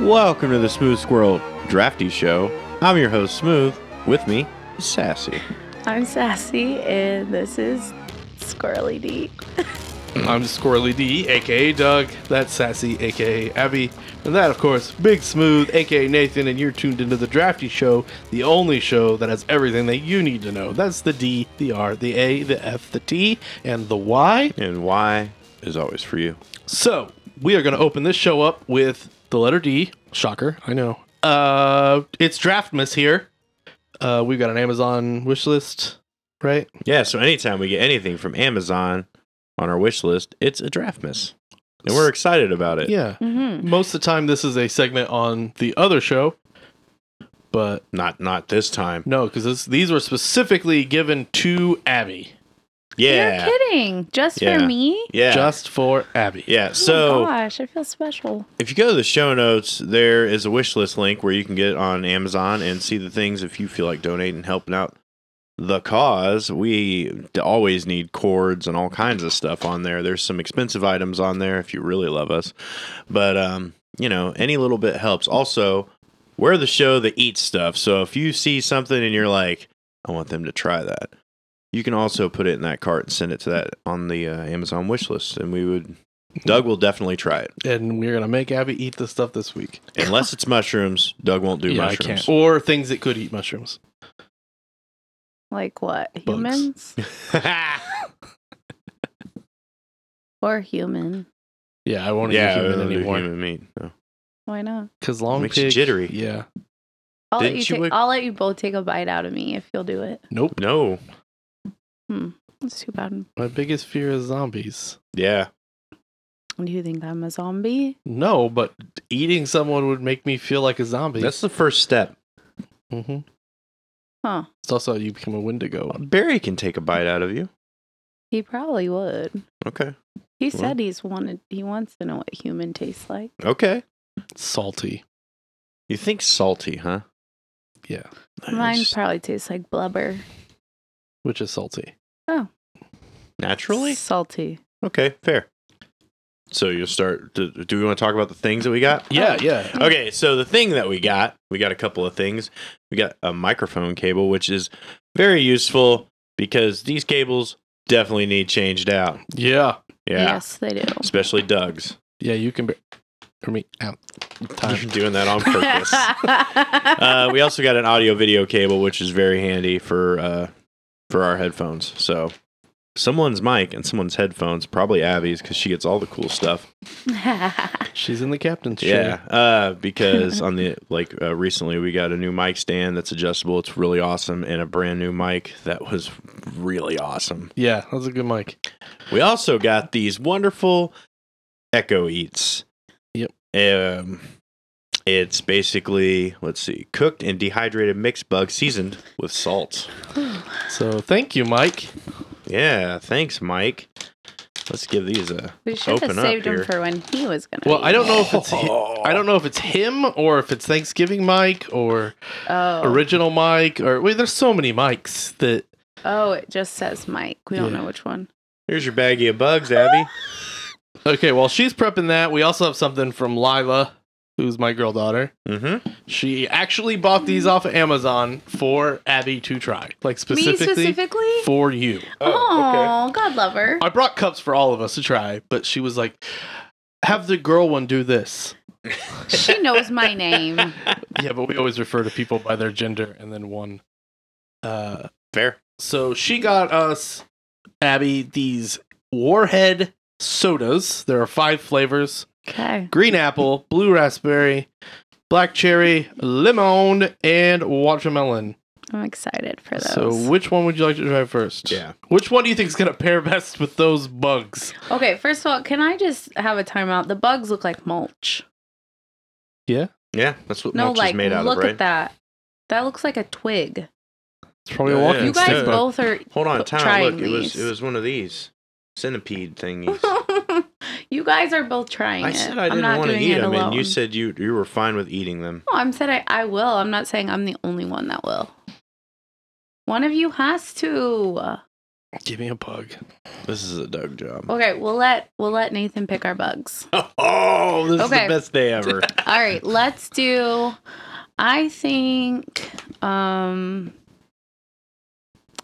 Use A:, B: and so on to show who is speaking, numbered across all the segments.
A: Welcome to the Smooth Squirrel Drafty Show. I'm your host, Smooth. With me, is Sassy.
B: I'm Sassy, and this is Squirrely D.
C: I'm Squirrely D, aka Doug. That's Sassy, aka Abby. And that, of course, Big Smooth, aka Nathan. And you're tuned into the Drafty Show, the only show that has everything that you need to know. That's the D, the R, the A, the F, the T, and the Y.
A: And why is always for you.
C: So, we are going to open this show up with the letter D. Shocker, I know. Uh, it's Draftmas here. Uh, we've got an Amazon wish list, right?
A: Yeah, so anytime we get anything from Amazon on our wish list, it's a draft miss. And we're excited about it.
C: Yeah.
B: Mm-hmm.
C: Most of the time, this is a segment on the other show, but
A: Not not this time.
C: No, because these were specifically given to Abby,
A: Yeah.
B: You're kidding. Just
A: Yeah.
B: for me?
A: Yeah.
C: just for Abby.
A: yeah.
B: oh
A: So
B: my gosh, I feel special.
A: If you go to the show notes, there is a wish list link where you can get on Amazon and see the things if you feel like donating, helping out the cause. We d- always need cords and all kinds of stuff on there. There's some expensive items on there if you really love us. But, um, you know, any little bit helps. Also, we're the show that eats stuff. So if you see something and you're like, I want them to try that, you can also put it in that cart and send it to that on the uh, Amazon wish list. And we would, Doug will definitely try it.
C: and we're gonna make Abby eat the stuff this week.
A: Unless it's mushrooms, Doug won't do
C: I
A: mushrooms.
C: Or things that could eat mushrooms.
B: Like what? Humans? or human?
C: Yeah, I won't
A: yeah,
C: eat human
A: don't do
C: anymore.
A: human meat. no.
B: Why not?
C: Because long
A: Makes you
C: pig.
A: jittery.
C: Yeah.
B: I'll let,
A: Didn't
B: you
A: you
B: take,
A: wake-
B: I'll let you both take a bite out of me if you'll do it.
C: Nope.
A: No.
B: It's too bad.
C: My biggest fear is zombies.
A: Yeah.
B: Do you think I'm a zombie?
C: No, but eating someone would make me feel like a zombie.
A: That's the first step.
C: hmm
B: Huh.
C: It's also how you become a Wendigo.
A: Barry can take a bite out of you.
B: He probably would.
A: Okay.
B: He
A: Well.
B: said he's wanted he wants to know what human tastes like.
A: Okay.
C: Salty.
A: You think salty, huh?
C: Yeah.
B: Mine
A: Nice.
B: probably tastes like blubber.
C: Which is salty.
A: Naturally?
B: Salty.
A: Okay, fair. So you'll start. Do, do we want to talk about the things that we got?
C: Yeah, yeah.
A: Okay, so the thing that we got, we got a couple of things. We got a microphone cable, which is very useful because these cables definitely need changed out.
C: Yeah.
A: Yeah.
B: Yes, they do.
A: Especially Doug's.
C: Yeah, you can. Be- or me. Ow. Time.
A: You're doing that on purpose. uh, we also got an audio video cable, which is very handy for uh, for our headphones. So someone's mic and someone's headphones, probably Abby's, because she gets all the cool stuff. Uh,
C: She's in the captain's chair.
A: Yeah, uh, because on the like uh, recently we got a new mic stand that's adjustable. It's really awesome, and a brand new mic that was really awesome.
C: Yeah, that was a good mic.
A: We also got these wonderful Echo Eats.
C: Yep.
A: Um, it's basically let's see, cooked and dehydrated mixed bug seasoned with salt.
C: So thank you, Mike.
A: Yeah, thanks, Mike. Let's give these a.
B: we should
A: Open
B: have
A: up
B: saved him
A: here.
B: for when he was gonna.
C: Well,
B: eat
C: I don't know
B: it.
C: if it's hi- Oh. I don't know if it's him or if it's Thanksgiving Mike or
B: Oh,
C: original Mike or wait, there's so many Mikes that
B: oh, it just says Mike. We don't
C: Yeah.
B: know which one.
A: Here's your baggie of bugs, Abby.
C: Okay, while she's prepping that, we also have something from Lila, who's my girl daughter.
A: mm-hmm.
C: She actually bought these off of Amazon for Abby to try. Like specifically,
B: Me specifically.
C: for you.
B: Oh, God love her.
C: I brought cups for all of us to try, but she was like, have the girl one do this.
B: She knows my name.
C: yeah, but we always refer to people by their gender and then one. Uh,
A: Fair.
C: so she got us, Abby, these Warhead sodas. There are five flavors
B: Okay.
C: green apple, blue raspberry, black cherry, lemon, and watermelon.
B: I'm excited for those.
C: So, which one would you like to try first?
A: Yeah.
C: Which one do you think is going to pair best with those bugs?
B: okay, first of all, can I just have a timeout? The bugs look like mulch.
A: Yeah, that's what
B: No,
A: mulch
B: like
A: is made out
B: look
A: of, right?
B: at that. That looks like a twig.
C: It's probably a
A: Yeah,
C: walking
B: you
A: it's
B: guys
C: stick
A: different.
C: bug.
B: both are
A: Hold on,
B: Look,
A: time.
B: trying
A: Look, it was
B: these.
A: it was one of these centipede thingies.
B: you guys are both trying
A: I
B: it.
A: said I
B: I'm
A: didn't
B: not
A: want to
B: doing
A: eat
B: it
A: them, and you
B: alone.
A: said you you were fine with eating them.
B: No, I'm said I, I will. I'm not saying I'm the only one that will. One of you has to.
C: Give me a bug.
A: This is a Doug job.
B: Okay, we'll let we'll let Nathan pick our bugs.
A: Oh, this is
B: Okay.
A: the best day ever.
B: All right, let's do. I think um,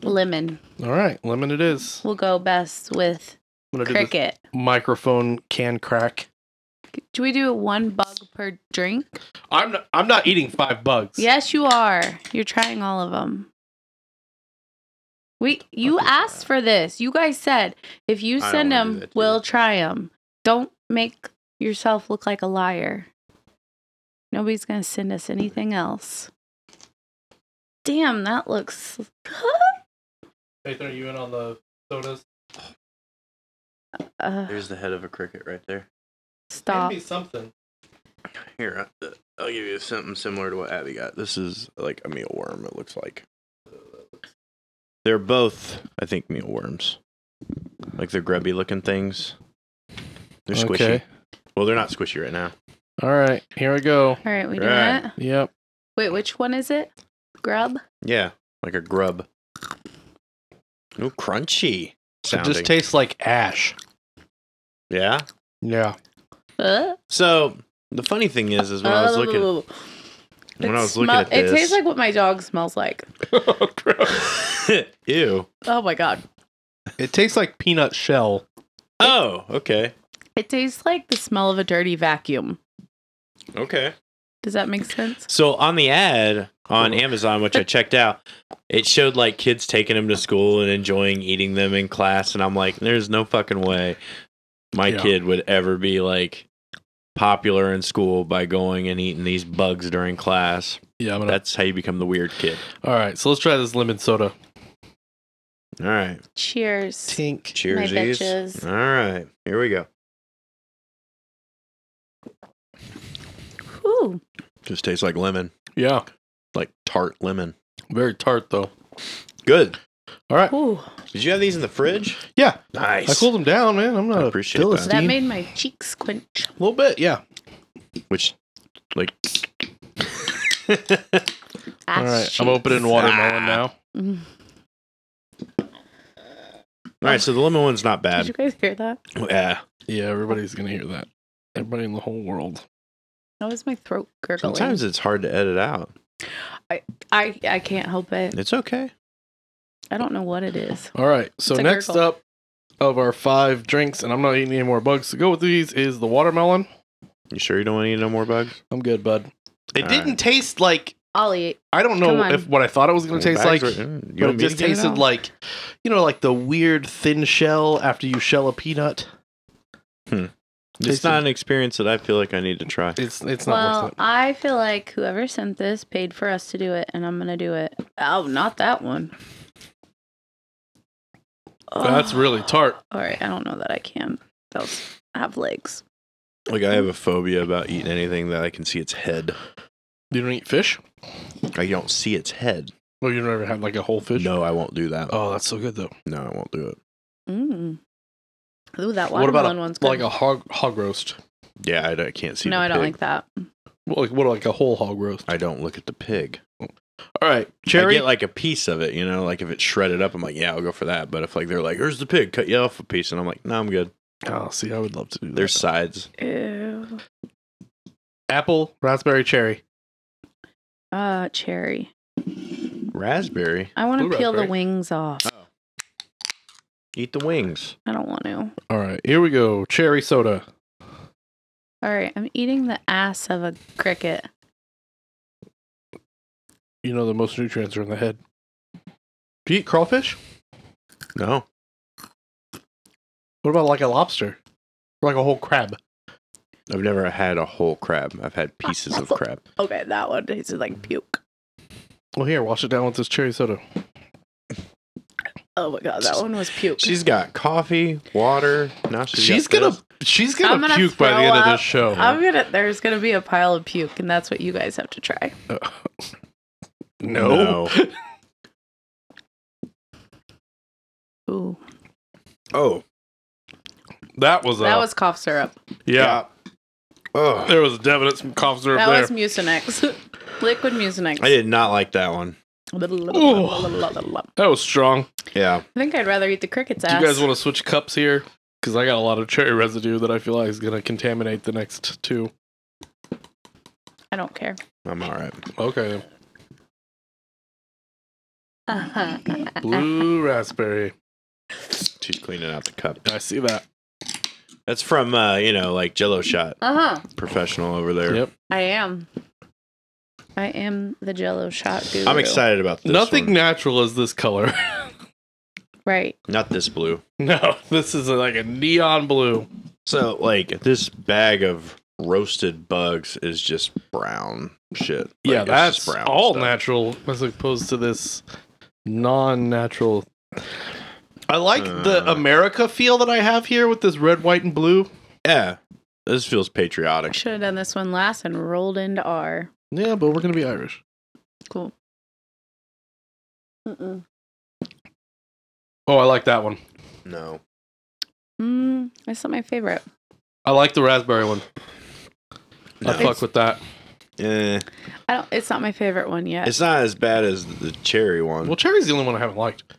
B: lemon
C: All right, lemon it is.
B: will go best with
C: I'm gonna do
B: cricket.
C: this microphone can crack.
B: Do we do one bug per drink?
C: I'm not, I'm not eating five bugs.
B: Yes, you are. You're trying all of them. We you
C: Okay.
B: asked for this. You guys said if you
A: I don't
B: send
A: wanna do
B: them,
A: that to
B: we'll
A: you.
B: try them. Don't make yourself look like a liar. Nobody's gonna send us anything else. Damn, that looks.
C: Nathan, are you in on the sodas?
B: Uh,
A: There's the head of a cricket right there.
B: stop.
C: something.
A: Here, uh, I'll give you something similar to what Abby got. This is like a mealworm, it looks like. They're both, I think, mealworms. Like they're grubby looking things. They're squishy.
C: Okay.
A: Well, they're not squishy right now.
C: All right, here we go.
B: All right, we do
A: Right.
B: that.
C: Yep.
B: Wait, which one is it? Grub.
A: Yeah, like a grub. Ooh, crunchy.
C: It
A: Sounding.
C: just tastes like ash.
A: yeah.
C: Yeah.
B: Uh,
A: So the funny thing is, is when I was looking,
B: oh.
A: when
B: It
A: I was looking
B: smell-
A: at this,
B: It tastes like what my dog smells like.
A: Oh, like ew.
B: Oh my god.
C: It tastes like peanut shell.
A: Oh, okay,
B: It tastes like the smell of a dirty vacuum.
A: okay.
B: Does that make sense?
A: So on the ad on Amazon, which I checked out, it showed like kids taking them to school and enjoying eating them in class, and I'm like, there's no fucking way my
C: Yeah.
A: kid would ever be like popular in school by going and eating these bugs during class.
C: Yeah, I'm gonna.
A: That's how you become the weird kid.
C: All right, so let's try this lemon soda.
A: All right,
B: Cheers.
C: Tink.
A: cheers,
B: bitches.
A: All right, here we go.
B: Ooh.
A: Just tastes like lemon,
C: Yeah,
A: like tart lemon.
C: very tart though.
A: Good.
C: All right.
B: Ooh.
A: Did you have these in the fridge?
C: Yeah,
A: Nice.
C: I cooled them down, man. I'm not
A: I
C: a
A: appreciate that.
C: Philistine.
B: That made my cheeks quench.
C: a little bit. Yeah.
A: Which, like,
C: All right, I'm opening watermelon now.
B: Mm.
A: all right. So the lemon one's not
B: Did
A: bad.
B: you guys hear that?
A: Yeah.
C: Yeah, everybody's gonna hear that. Everybody in the whole world.
B: That was my throat gurgling.
A: Sometimes it's hard to edit out.
B: I, I can't help it.
A: It's okay.
B: I don't know what it is.
C: All right, so
B: It's a
C: next
B: gurgle.
C: up of our five drinks, and I'm not eating any more bugs to go with these, is the watermelon.
A: You sure you don't want to eat no more bugs?
C: I'm good, bud. It
A: All
C: didn't
A: right.
C: taste like
B: I'll eat.
C: I don't
B: Come
C: know
B: on.
C: if what I thought it was gonna taste like.
A: Bags are- mm, you want
C: but it
A: me to
C: just
A: get it
C: tasted
A: out?
C: like, you know, like the weird thin shell after you shell a peanut.
A: It's not an experience that I feel like I need to try.
C: It's it's not
B: Well,
C: worth it.
B: I feel like whoever sent this paid for us to do it, and I'm going to do it. Oh, not that one.
C: That's
B: Oh.
C: really tart.
B: All right. I don't know that I can. Those have legs.
A: Like I have a phobia about eating anything that I can see its head.
C: You don't eat fish?
A: I don't see its head.
C: Well, you never had like a whole fish.
A: No, I won't do that.
C: Oh, that's so good though.
A: No, I won't do it.
B: Mm. Ooh, that
C: What about
B: watermelon one's good.
C: Like a hog hog roast.
A: Yeah, I, don't- I can't see.
B: no,
A: the
B: I don't
A: pig.
B: like that.
C: Well, like what? Like a whole hog roast.
A: I don't look at the pig.
C: All right,
A: I
C: cherry.
A: get like a piece of it, you know, like if it's shredded up, I'm like, yeah, I'll go for that. But if like they're like, here's the pig, cut you off a piece, and I'm like, no, I'm good.
C: oh, see, I would love to do that.
A: There's sides.
B: Ew.
C: apple, raspberry, cherry.
B: Uh, cherry.
A: Raspberry.
B: I want
C: Blue
B: to peel the
C: raspberry.
B: wings off.
C: Oh.
A: Eat the wings.
B: I don't want to.
C: All right, here we go. Cherry soda.
B: All right, I'm eating the ass of a cricket.
C: You know the most nutrients are in the head. Do you eat crawfish?
A: No.
C: What about like a lobster? Or like a whole crab?
A: I've never had a whole crab. I've had pieces of crab.
B: Okay, that one tasted like puke.
C: Well, here, wash it down with this cherry soda.
B: Oh my god, that one was puke.
A: She's got coffee, water. Now she's,
C: She's
A: got
C: gonna
A: this.
C: she's
B: I'm
C: gonna
B: gonna
C: puke by the
B: throw
C: end of
B: up.
C: this show.
B: I'm gonna. There's gonna be a pile of puke, and that's what you guys have to try.
C: no.
B: Ooh,
A: Oh.
C: that was a
B: that was cough syrup.
C: yeah.
A: Oh.
C: There was definitely some cough syrup
B: That
C: there.
B: was Mucinex, liquid Mucinex.
A: I did not like that one.
B: I
C: That was strong.
A: Yeah.
B: think I'd rather eat the cricket's
C: Do
B: ass.
C: you guys want to switch cups here? Because I got a lot of cherry residue that I feel like is going to contaminate the next two.
B: I don't care.
A: I'm all right.
C: Okay. then.
B: Uh-huh.
C: Blue raspberry.
A: She's cleaning out the cup.
C: I see that.
A: That's from uh, you know, like Jello shot
B: Uh huh.
A: professional over there.
C: Yep.
B: I am. I am the Jello shot guru.
A: I'm excited about this.
C: Nothing
A: one.
C: natural is this color.
B: Right.
A: Not this blue.
C: no, this is like a neon blue.
A: So like this bag of roasted bugs is just brown shit. Like,
C: yeah,
A: it's
C: that's
A: just brown
C: all
A: stuff.
C: natural as opposed to this non-natural. I like the
A: Uh.
C: America feel that I have here with this red, white, and blue.
A: Yeah. This feels
B: I
A: patriotic.
B: should have done this one last and rolled into R.
C: Yeah, but we're gonna be Irish.
B: Cool. Mm-mm.
C: Oh, I like that one.
A: No.
B: Mm, that's not my favorite.
C: I like the raspberry one.
A: No.
C: I fuck with that.
A: Eh,
B: I don't. It's not my favorite one yet.
A: it's not as bad as the cherry one.
C: Well, cherry's the only one I haven't liked.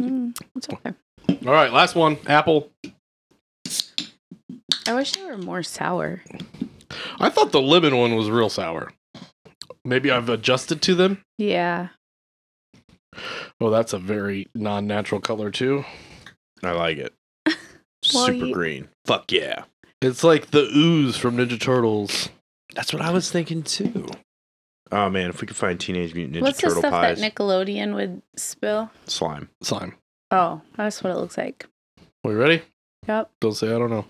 B: Mm, it's okay.
C: All right, last one. Apple.
B: I wish they were more sour.
C: I thought the lemon one was real sour. Maybe I've adjusted to them.
B: Yeah.
C: Oh, that's a very non-natural color too.
A: I like it.
B: Well,
A: Super
B: you-
A: green. Fuck yeah.
C: It's like the ooze from Ninja Turtles.
A: That's what I was thinking too. Oh man, if we could find Teenage Mutant Ninja
B: What's the
A: Turtle
B: stuff
A: pies,
B: that Nickelodeon would spill?
A: slime.
C: Slime.
B: Oh, that's what it looks like.
C: Are you ready?
B: Yep.
C: Don't say I don't know.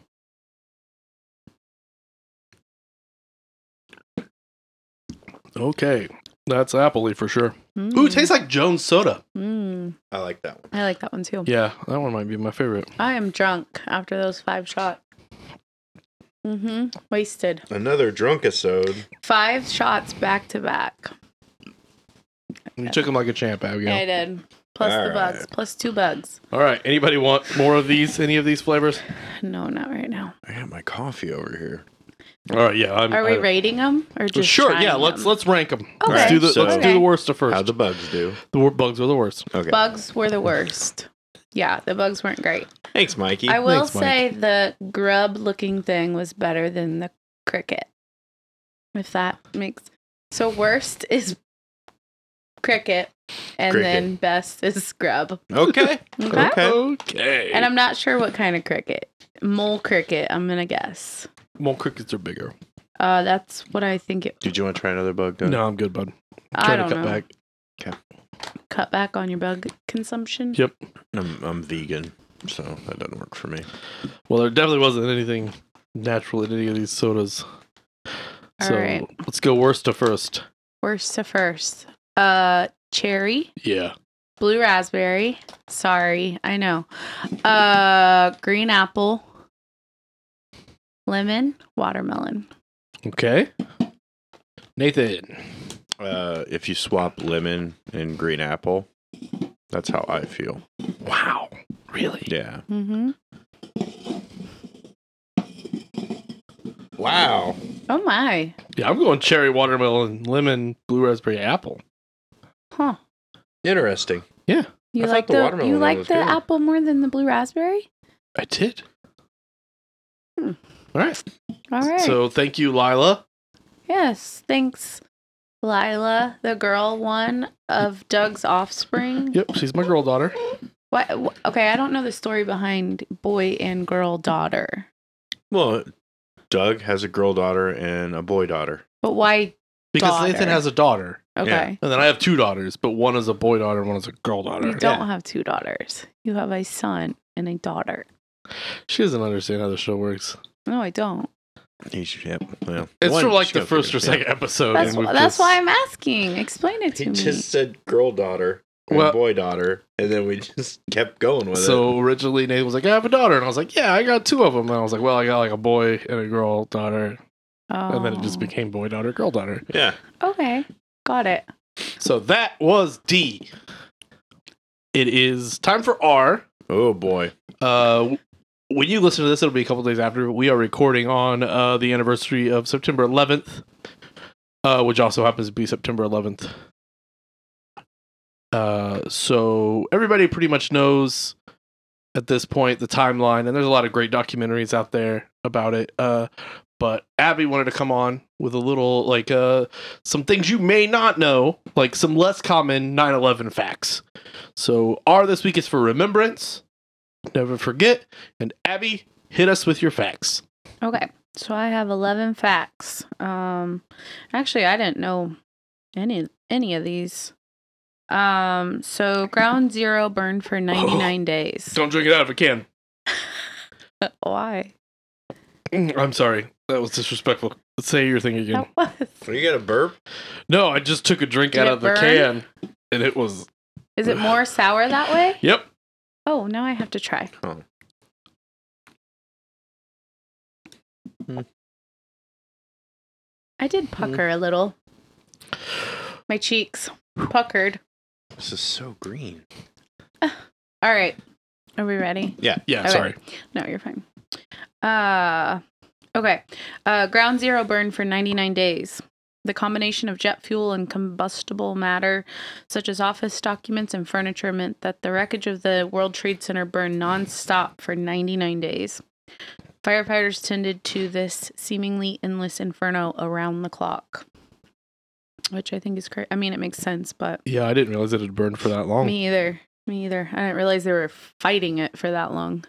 C: Okay. That's appley for sure.
B: Mm.
C: Ooh, it tastes like Jones soda.
B: Mm.
A: I like that one.
B: I like that one too.
C: Yeah, that one might be my favorite.
B: I am drunk after those five shots. Mm-hmm. Wasted.
A: Another drunk episode.
B: Five shots back to back.
C: You took them like a champ, Abigail.
B: Yeah, I did. Plus
A: All
B: the bugs.
A: right.
B: Plus two bugs.
C: All right. Anybody want more of these? Any of these flavors?
B: No, not right now.
A: I got my coffee over here.
C: All right. Yeah. I'm,
B: Are we
C: Um, I-
B: rating them or just
C: sure. Yeah.
B: trying
C: Let's
B: them?
C: let's rank them.
B: Okay.
C: Let's do the
A: So-
C: let's do the worst to
A: How'd
C: first.
A: the bugs do?
C: the wor- bugs are the worst.
A: Okay.
B: Bugs were the worst. Yeah, the bugs weren't great.
A: Thanks, Mikey.
B: I will
C: Thanks, Mike.
B: say the grub looking thing was better than the cricket. If that makes so worst is cricket and
A: Cricket.
B: then best is grub.
A: okay.
B: Okay?
A: Okay.
C: Okay.
B: And I'm not sure what kind of cricket. Mole cricket, I'm gonna guess.
C: well, crickets are bigger.
B: Uh that's what I think it
A: Did you want to try another bug? Doug?
C: No, I'm good, bud.
B: I don't
C: to cut
B: know.
C: back.
B: Cut back on your bug consumption.
C: Yeah.
A: I'm, I'm vegan, so that doesn't work for me.
C: Well, there definitely wasn't anything natural in any of these sodas.
B: All
C: so
B: right.
C: let's go worst to first.
B: Worst to first. Uh cherry,
C: Yeah.
B: blue raspberry. Sorry, I know. Uh green apple, lemon, watermelon.
C: Okay. Nathan.
A: Uh, if you swap lemon and green apple, that's how I feel.
C: Wow. Really?
A: Yeah.
B: Mhm.
A: Wow.
B: Oh my.
C: Yeah, I'm going cherry, watermelon, lemon, blue raspberry, apple.
B: Huh.
A: Interesting.
B: You
A: I thought
B: like
A: the
B: the,
A: watermelon
B: you
A: one
B: like
A: was
B: the
A: good.
B: apple more than the blue raspberry?
C: I did.
B: Hmm.
C: All right.
B: All right.
C: So thank you, Lila.
B: Yes, thanks, Lila, the girl one of Doug's offspring.
C: Yep, she's my girl daughter.
B: What? wh- Okay, I don't know the story behind boy and girl daughter,
A: Well, Doug has a girl daughter and a boy daughter.
B: but why?
C: Because
B: Daughter.
C: Nathan has a daughter.
B: Okay,
C: And then I have two daughters, but one is a boy daughter and one is a girl daughter.
B: you don't have two daughters. You have a son and a daughter.
C: She doesn't understand how the show works.
B: No, I don't.
A: He's, yep. Well,
C: It's
A: one-
C: from like
A: she's
C: the
A: gonna
C: first
A: figure
C: or
A: it
C: second episode.
B: That's
C: and we've
B: wh- that's
C: just-
B: why I'm asking. Explain it
A: He
B: to me.
A: just said girl daughter and
C: Well-
A: boy daughter, and then we just kept going with it.
C: So originally Nate was like, I have a daughter. And I was like, yeah, I got two of them. And I was like, well, I got like a boy and a girl daughter.
B: oh.
C: And then it just became boy daughter, girl daughter.
A: Yeah.
B: okay. Got it.
C: So that was D. It is time for R.
A: Oh boy.
C: Uh, when you listen to this, it'll be a couple days after. But we are recording on uh, the anniversary of September 11th. uh, which also happens to be September 11th. Uh, so everybody pretty much knows at this point the timeline, and there's a lot of great documentaries out there about it. Uh, but Abby wanted to come on with a little like uh, some things you may not know, like some less common 9/11 facts. So our this week is for remembrance, never forget, and Abby hit us with your facts.
B: Okay. So I have 11 facts. Um actually I didn't know any any of these. Um so ground zero burned for 99 days.
C: Don't drink it out of a can.
B: Why?
C: Mm, I'm sorry. That was disrespectful. Say your thing again.
B: That was.
A: Are you gonna burp?
C: No, I just took a drink
B: Did
C: out
B: it
C: of the
B: burn?
C: can and it was
B: Is it more sour that way?
C: Yep.
B: Oh, now I have to try.
A: Oh. Mm.
B: I did pucker a little. My cheeks puckered.
A: This is so green.
B: All right. Are we ready?
C: Yeah,
B: Okay.
C: sorry.
B: No, you're fine. Uh okay. Uh ground zero burned for 99 days. The combination of jet fuel and combustible matter, such as office documents and furniture, meant that the wreckage of the World Trade Center burned nonstop for 99 days. Firefighters tended to this seemingly endless inferno around the clock, which I think is great. I mean, it makes sense, but
C: Yeah, I didn't realize it had burned for that long.
B: me either. Me either. I didn't realize they were fighting it for that long.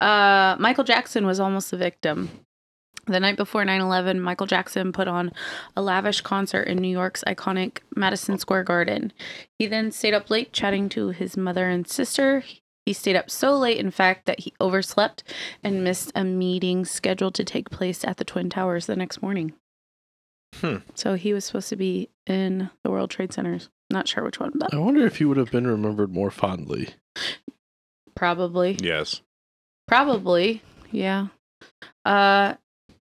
B: Uh, Michael Jackson was almost the victim. The night before 9 11, Michael Jackson put on a lavish concert in New York's iconic Madison Square Garden. He then stayed up late chatting to his mother and sister. He stayed up so late, in fact, that he overslept and missed a meeting scheduled to take place at the Twin Towers the next morning.
A: Hmm.
B: So he was supposed to be in the World Trade Centers. Not sure which one, but
C: I wonder if he would have been remembered more fondly.
B: probably.
A: Yes.
B: Probably, yeah. Uh,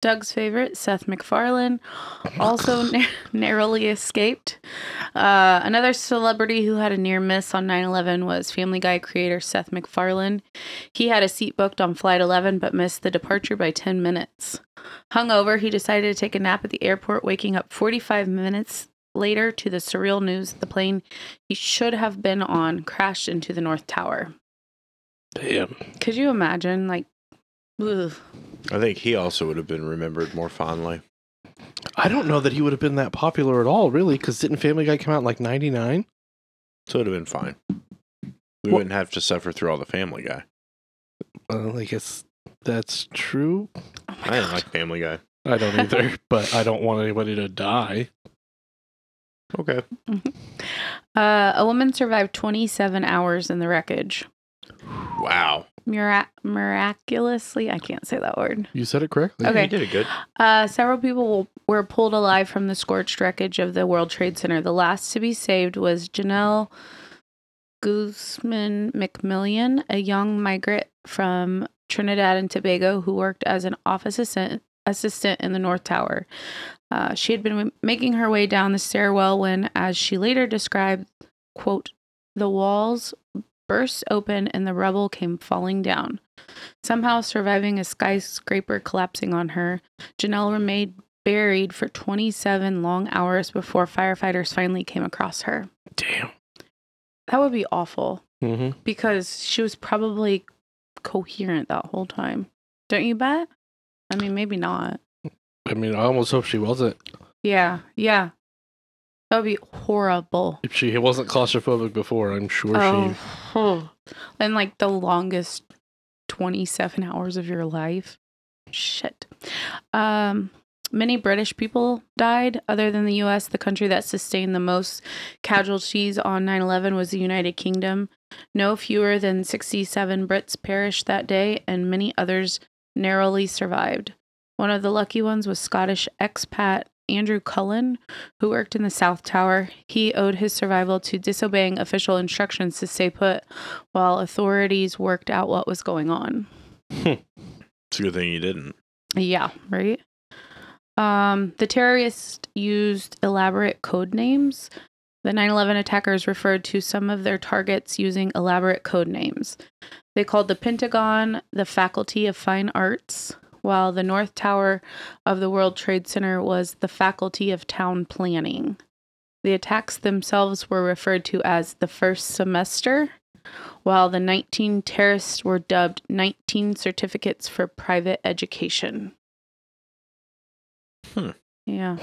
B: Doug's favorite, Seth MacFarlane, also nar- narrowly escaped. Uh, another celebrity who had a near miss on 9 11 was Family Guy creator Seth MacFarlane. He had a seat booked on Flight 11 but missed the departure by 10 minutes. Hungover, he decided to take a nap at the airport, waking up 45 minutes later to the surreal news that the plane he should have been on crashed into the North Tower.
C: Damn.
B: Could you imagine, like, ugh. Oh
A: I think he also would have been remembered more fondly.
C: I don't know that he would have been that popular at all, really, because didn't Family Guy come out in like 99?
A: So it would have been fine. We
C: Well-
A: wouldn't have to suffer through all the Family Guy.
C: Well, I guess that's true.
B: Oh my
A: I didn't
B: god.
A: like Family Guy.
C: I don't either, but I don't want anybody to die.
A: Okay.
B: Uh, a woman survived 27 hours in the wreckage.
A: Wow.
B: Mira- miraculously, I can't say that word.
C: You said it correctly.
B: Okay.
A: You did it good.
B: Uh, several people were pulled alive from the scorched wreckage of the World Trade Center. The last to be saved was Janelle Guzman McMillian, a young migrant from Trinidad and Tobago who worked as an office assistant, assistant in the North Tower. Uh, she had been w- making her way down the stairwell when, as she later described, quote, the walls burst open and the rubble came falling down. Somehow surviving a skyscraper collapsing on her, Janelle remained buried for 27 long hours before firefighters finally came across her.
C: Damn.
B: That would be awful
C: Mm-hmm.
B: because she was probably coherent that whole time. Don't you bet? I mean, maybe not.
C: I mean, I almost hope she wasn't.
B: Yeah, yeah. That would be horrible.
C: If she wasn't claustrophobic before, I'm sure
B: Oh,
C: she.
B: and like the longest 27 hours of your life. Shit. Um, many British people died. Other than the US, the country that sustained the most casualties on 9 11 was the United Kingdom. No fewer than 67 Brits perished that day, and many others narrowly survived. One of the lucky ones was Scottish expat Andrew Cullen, who worked in the South Tower. He owed his survival to disobeying official instructions to stay put while authorities worked out what was going on.
A: It's a good thing you didn't.
B: Yeah, right? Um, the terrorists used elaborate code names. The 9 11 attackers referred to some of their targets using elaborate code names. They called the Pentagon the Faculty of Fine Arts, while the North Tower of the World Trade Center was the Faculty of Town Planning. The attacks themselves were referred to as the first semester, while the 19 terrorists were dubbed 19 certificates for private education.
A: Hmm.
B: Yeah.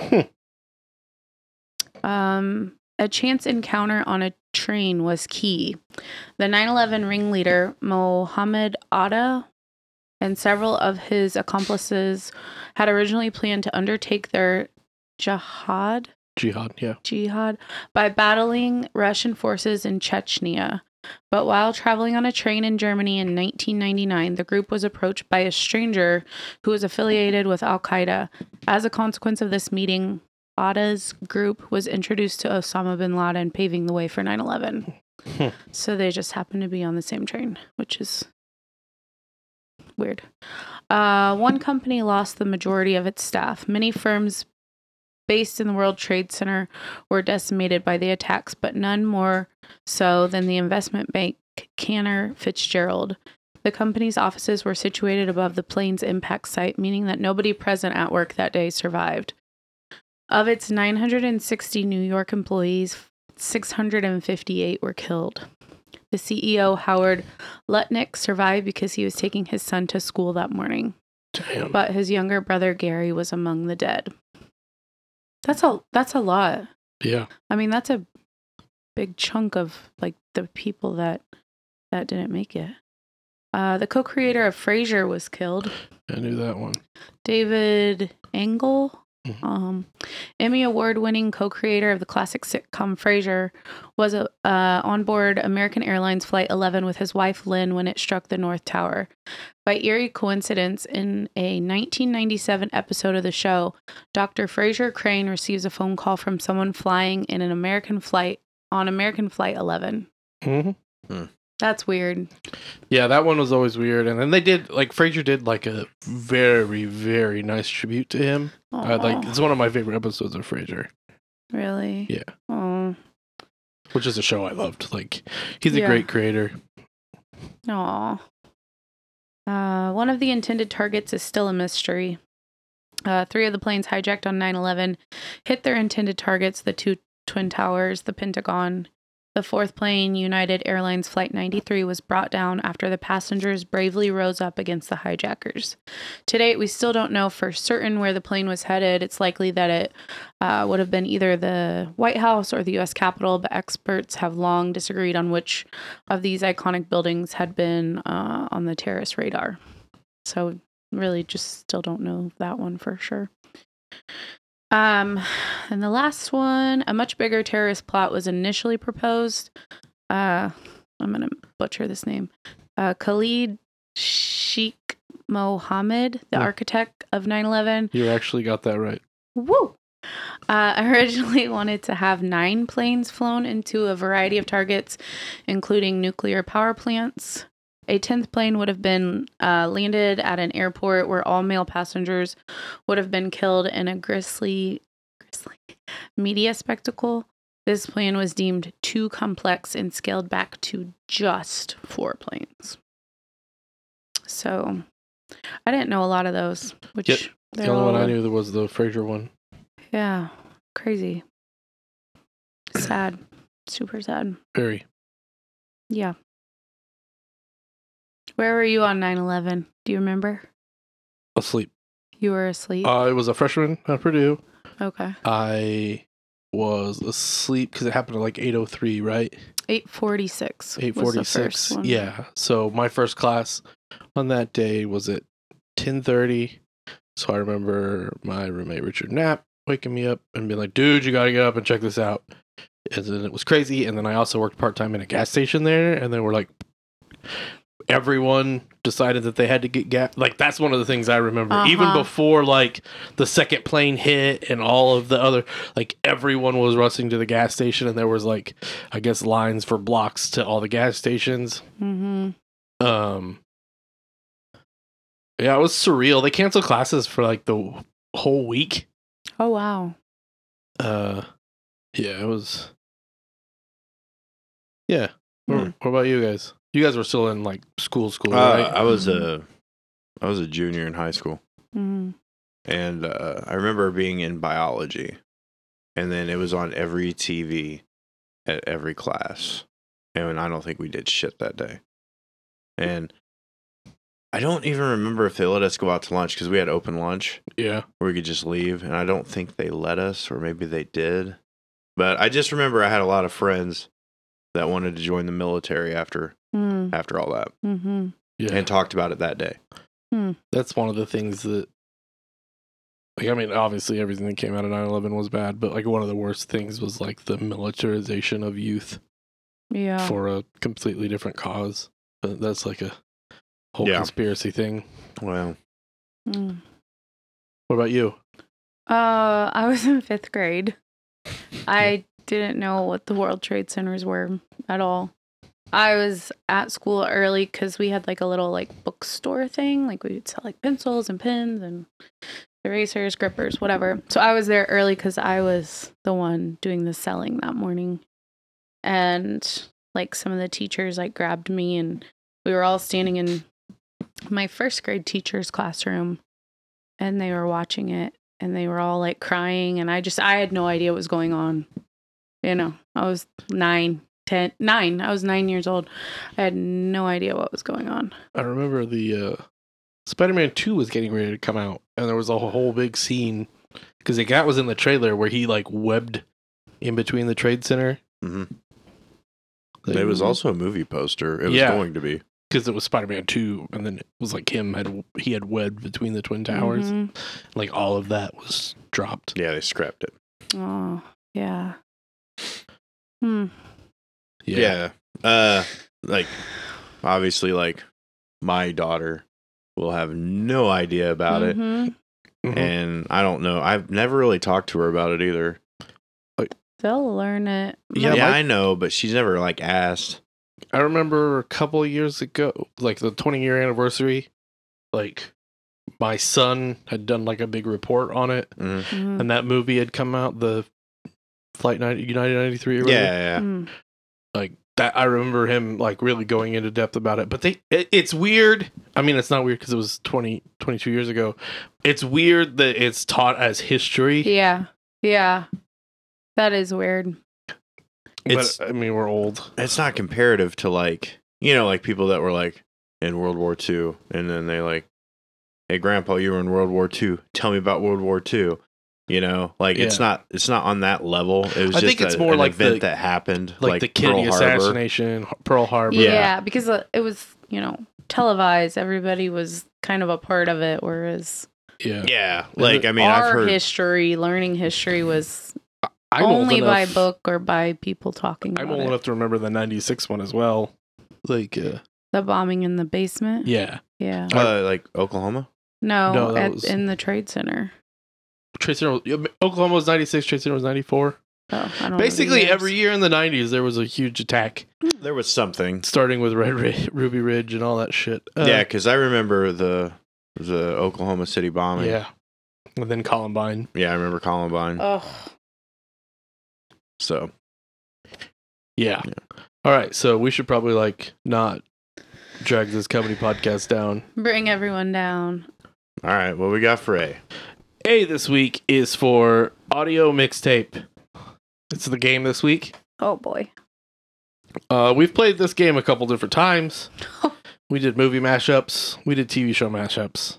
C: Hmm.
B: Um, a chance encounter on a train was key. The 9 11 ringleader, Mohammed Atta, and several of his accomplices had originally planned to undertake their jihad
C: Jihad, yeah.
B: jihad by battling Russian forces in Chechnya. But while traveling on a train in Germany in 1999, the group was approached by a stranger who was affiliated with Al Qaeda. As a consequence of this meeting, Atta's group was introduced to Osama bin Laden, paving the way for 9 11.
C: Hmm.
B: so they just happened to be on the same train, which is weird. Uh, one company lost the majority of its staff. Many firms based in the World Trade Center were decimated by the attacks, but none more so than the investment bank Cantor Fitzgerald. The company's offices were situated above the plane's impact site, meaning that nobody present at work that day survived. Of its 960 New York employees, 658 were killed. The CEO, Howard Lutnick, survived because he was taking his son to school that morning,
C: Damn.
B: but his younger brother, Gary, was among the dead. That's a, that's a lot.
C: Yeah.
B: I mean, that's a big chunk of like the people that that didn't make it. Uh, the co-creator of Frasier was killed.
C: I knew that one.
B: David Engel,
C: Mhm.
B: um, Emmy award-winning co-creator of the classic sitcom Frasier, was uh, uh, on board American Airlines Flight 11 with his wife Lynn when it struck the North Tower. By eerie coincidence, in a 1997 episode of the show, Dr. Fraser Crane receives a phone call from someone flying in an American flight on American Flight 11.
C: Mm-hmm.
B: That's weird.
C: Yeah, that one was always weird. And then they did, like, Frazier did, like, a very, very nice tribute to him. I like,
B: Aw,
C: it's one of my favorite episodes of Frasier,
B: really?
C: Yeah.
B: Oh,
C: which is a show I loved. Like, he's a
B: Yeah.
C: great creator.
B: Aw. Uh, one of the intended targets is still a mystery. Uh, three of the planes hijacked on 9 11 hit their intended targets the two Twin Towers, the Pentagon. The fourth plane, United Airlines Flight 93, was brought down after the passengers bravely rose up against the hijackers. To date, we still don't know for certain where the plane was headed. It's likely that it uh, would have been either the White House or the U.S. Capitol, but experts have long disagreed on which of these iconic buildings had been uh, on the terrorist radar. So, really, just still don't know that one for sure. Um, and the last one, a much bigger terrorist plot was initially proposed. Uh, I'm gonna butcher this name. Uh, Khalid Sheikh Mohammed, the
C: Hmm.
B: architect of 9 11,
C: You actually got that right.
B: Woo! Uh, originally wanted to have nine planes flown into a variety of targets, including nuclear power plants. A 10th plane would have been uh, landed at an airport where all male passengers would have been killed in a grisly, grisly media spectacle. This plan was deemed too complex and scaled back to just four planes. So I didn't know a lot of those, which
C: Yep.
B: they're
C: the only one
B: all-
C: I knew that was the Frasier one.
B: yeah. Crazy. Sad. Super sad.
C: Very.
B: Yeah. Where were you on 9 11? Do you remember?
C: Asleep.
B: You were asleep.
C: I was a freshman at Purdue.
B: okay.
C: I was asleep because it happened at like 8.03, right?
B: 846.
C: 846 yeah so my first class on that day was at 10.30 so i remember my roommate richard knapp waking me up and being like dude you gotta get up and check this out and then it was crazy and then i also worked part-time in a gas station there and then we're like everyone decided that they had to get gas like that's one of the things i remember even
B: Uh-huh.
C: before like the second plane hit and all of the other like everyone was rushing to the gas station and there was like I guess lines for blocks to all the gas stations.
B: Mm-hmm.
C: Um Yeah, it was surreal. They canceled classes for like the whole week.
B: Oh, wow.
C: Uh yeah, it was Yeah. What,
A: Hmm.
C: what about you guys? You guys were still in like school school,
A: Uh,
C: right?
A: I was a I was a junior in high school.
B: Mm.
A: and uh, I remember being in biology, and then it was on every TV at every class, and I don't think we did shit that day, and I don't even remember if they let us go out to lunch because we had open lunch
C: Yeah.
A: where we could just leave, and I don't think they let us, or maybe they did, but I just remember I had a lot of friends that wanted to join the military after
B: Mm.
A: after all that,
B: Mm-hmm.
C: Yeah.
A: and talked about it that day.
C: that's one of the things that like i mean obviously everything that came out of 9-11 was bad but like one of the worst things was like the militarization of youth
B: Yeah.
C: for a completely different cause but that's like a whole
A: Yeah.
C: conspiracy thing
A: Wow.
B: Mm.
C: what about you
B: Uh, I was in fifth grade. I didn't know what the World Trade Centers were at all. I was at school early because we had like a little like bookstore thing. Like we would sell like pencils and pens and erasers, grippers, whatever. So I was there early because I was the one doing the selling that morning. And like some of the teachers like grabbed me and we were all standing in my first grade teacher's classroom and they were watching it and they were all like crying and i just i had no idea what was going on you know i was nine ten nine i was nine years old i had no idea what was going on
C: i remember the uh spider-man 2 was getting ready to come out and there was a whole big scene because the cat was in the trailer where he like webbed in between the trade center
A: hmm
C: Like-
A: There was also a movie poster. It was
C: Yeah.
A: going to be.
C: because it was Spider-Man Two, and then it was like him had he had wed between the twin towers,
B: Mhm.
C: like all of that was dropped.
A: Yeah, they scrapped it.
B: oh yeah hmm
A: Yeah. Uh like obviously like my daughter will have no idea about
C: Mm-hmm.
A: it.
B: Mhm.
C: Mhm.
A: And I don't know. I've never really talked to her about it either.
B: they'll learn it
A: Yeah,
C: Yeah, my-
A: I know, but she's never like asked.
C: I remember a couple of years ago, like the 20 year anniversary, like my son had done like a big report on it,
A: Mhm.
B: Mhm.
C: and that movie had come out, the Flight 90, United 93 or
A: Yeah,
C: whatever.
A: yeah, yeah.
B: Mm.
C: like that i remember him like really going into depth about it but they it, it's weird i mean it's not weird because it was 20 22 years ago it's weird that it's taught as history
B: yeah yeah that is weird
A: It's-
C: but i mean we're old
A: It's not comparative to like, you know, like people that were like in World War II and then they like, "Hey grandpa, you were in World War II. Tell me about World War II." You know, like it's
C: Yeah.
A: not it's not on that level. It was
C: I
A: just
C: think it's
A: a-
C: more
A: an
C: like
A: event
C: the-
A: that happened
C: like, the kennedy
A: Pearl Harbor.
C: assassination pearl harbor
B: yeah,
A: Yeah.
B: because uh, it was you know televised everybody was kind of a part of it whereas
C: yeah,
A: Yeah,
C: And
A: like
C: the-
A: I mean,
B: our
A: I've heard.
B: history, learning history was
C: I'm old
B: only by
C: enough-
B: book or by people talking
C: i'm
B: about
C: old
B: it.
C: enough to remember the 96 one as well like uh,
B: The bombing in the basement.
C: yeah
B: Yeah.
A: uh, like Oklahoma.
B: No,
C: No, that
B: at,
C: was-
B: in the trade center.
C: trade center was- oklahoma was 96 trade center was 94
B: Oh, I don't know the
C: basically
B: years.
C: every year in the 90s there was a huge attack
B: Hmm.
A: There was something.
C: starting with red Ri- ruby ridge and all that shit Uh,
A: yeah, because I remember the the Oklahoma City bombing.
C: yeah. And then Columbine.
A: Yeah, I remember Columbine.
B: Ugh.
A: so
C: Yeah. All right. So we should probably like not drag this comedy podcast down.
B: Bring everyone down.
A: all right, what we got for A?
C: A this week is for audio mixtape. It's the game this week.
B: Oh boy.
C: Uh, we've played this game a couple different times. we did movie mashups. We did TV show mashups.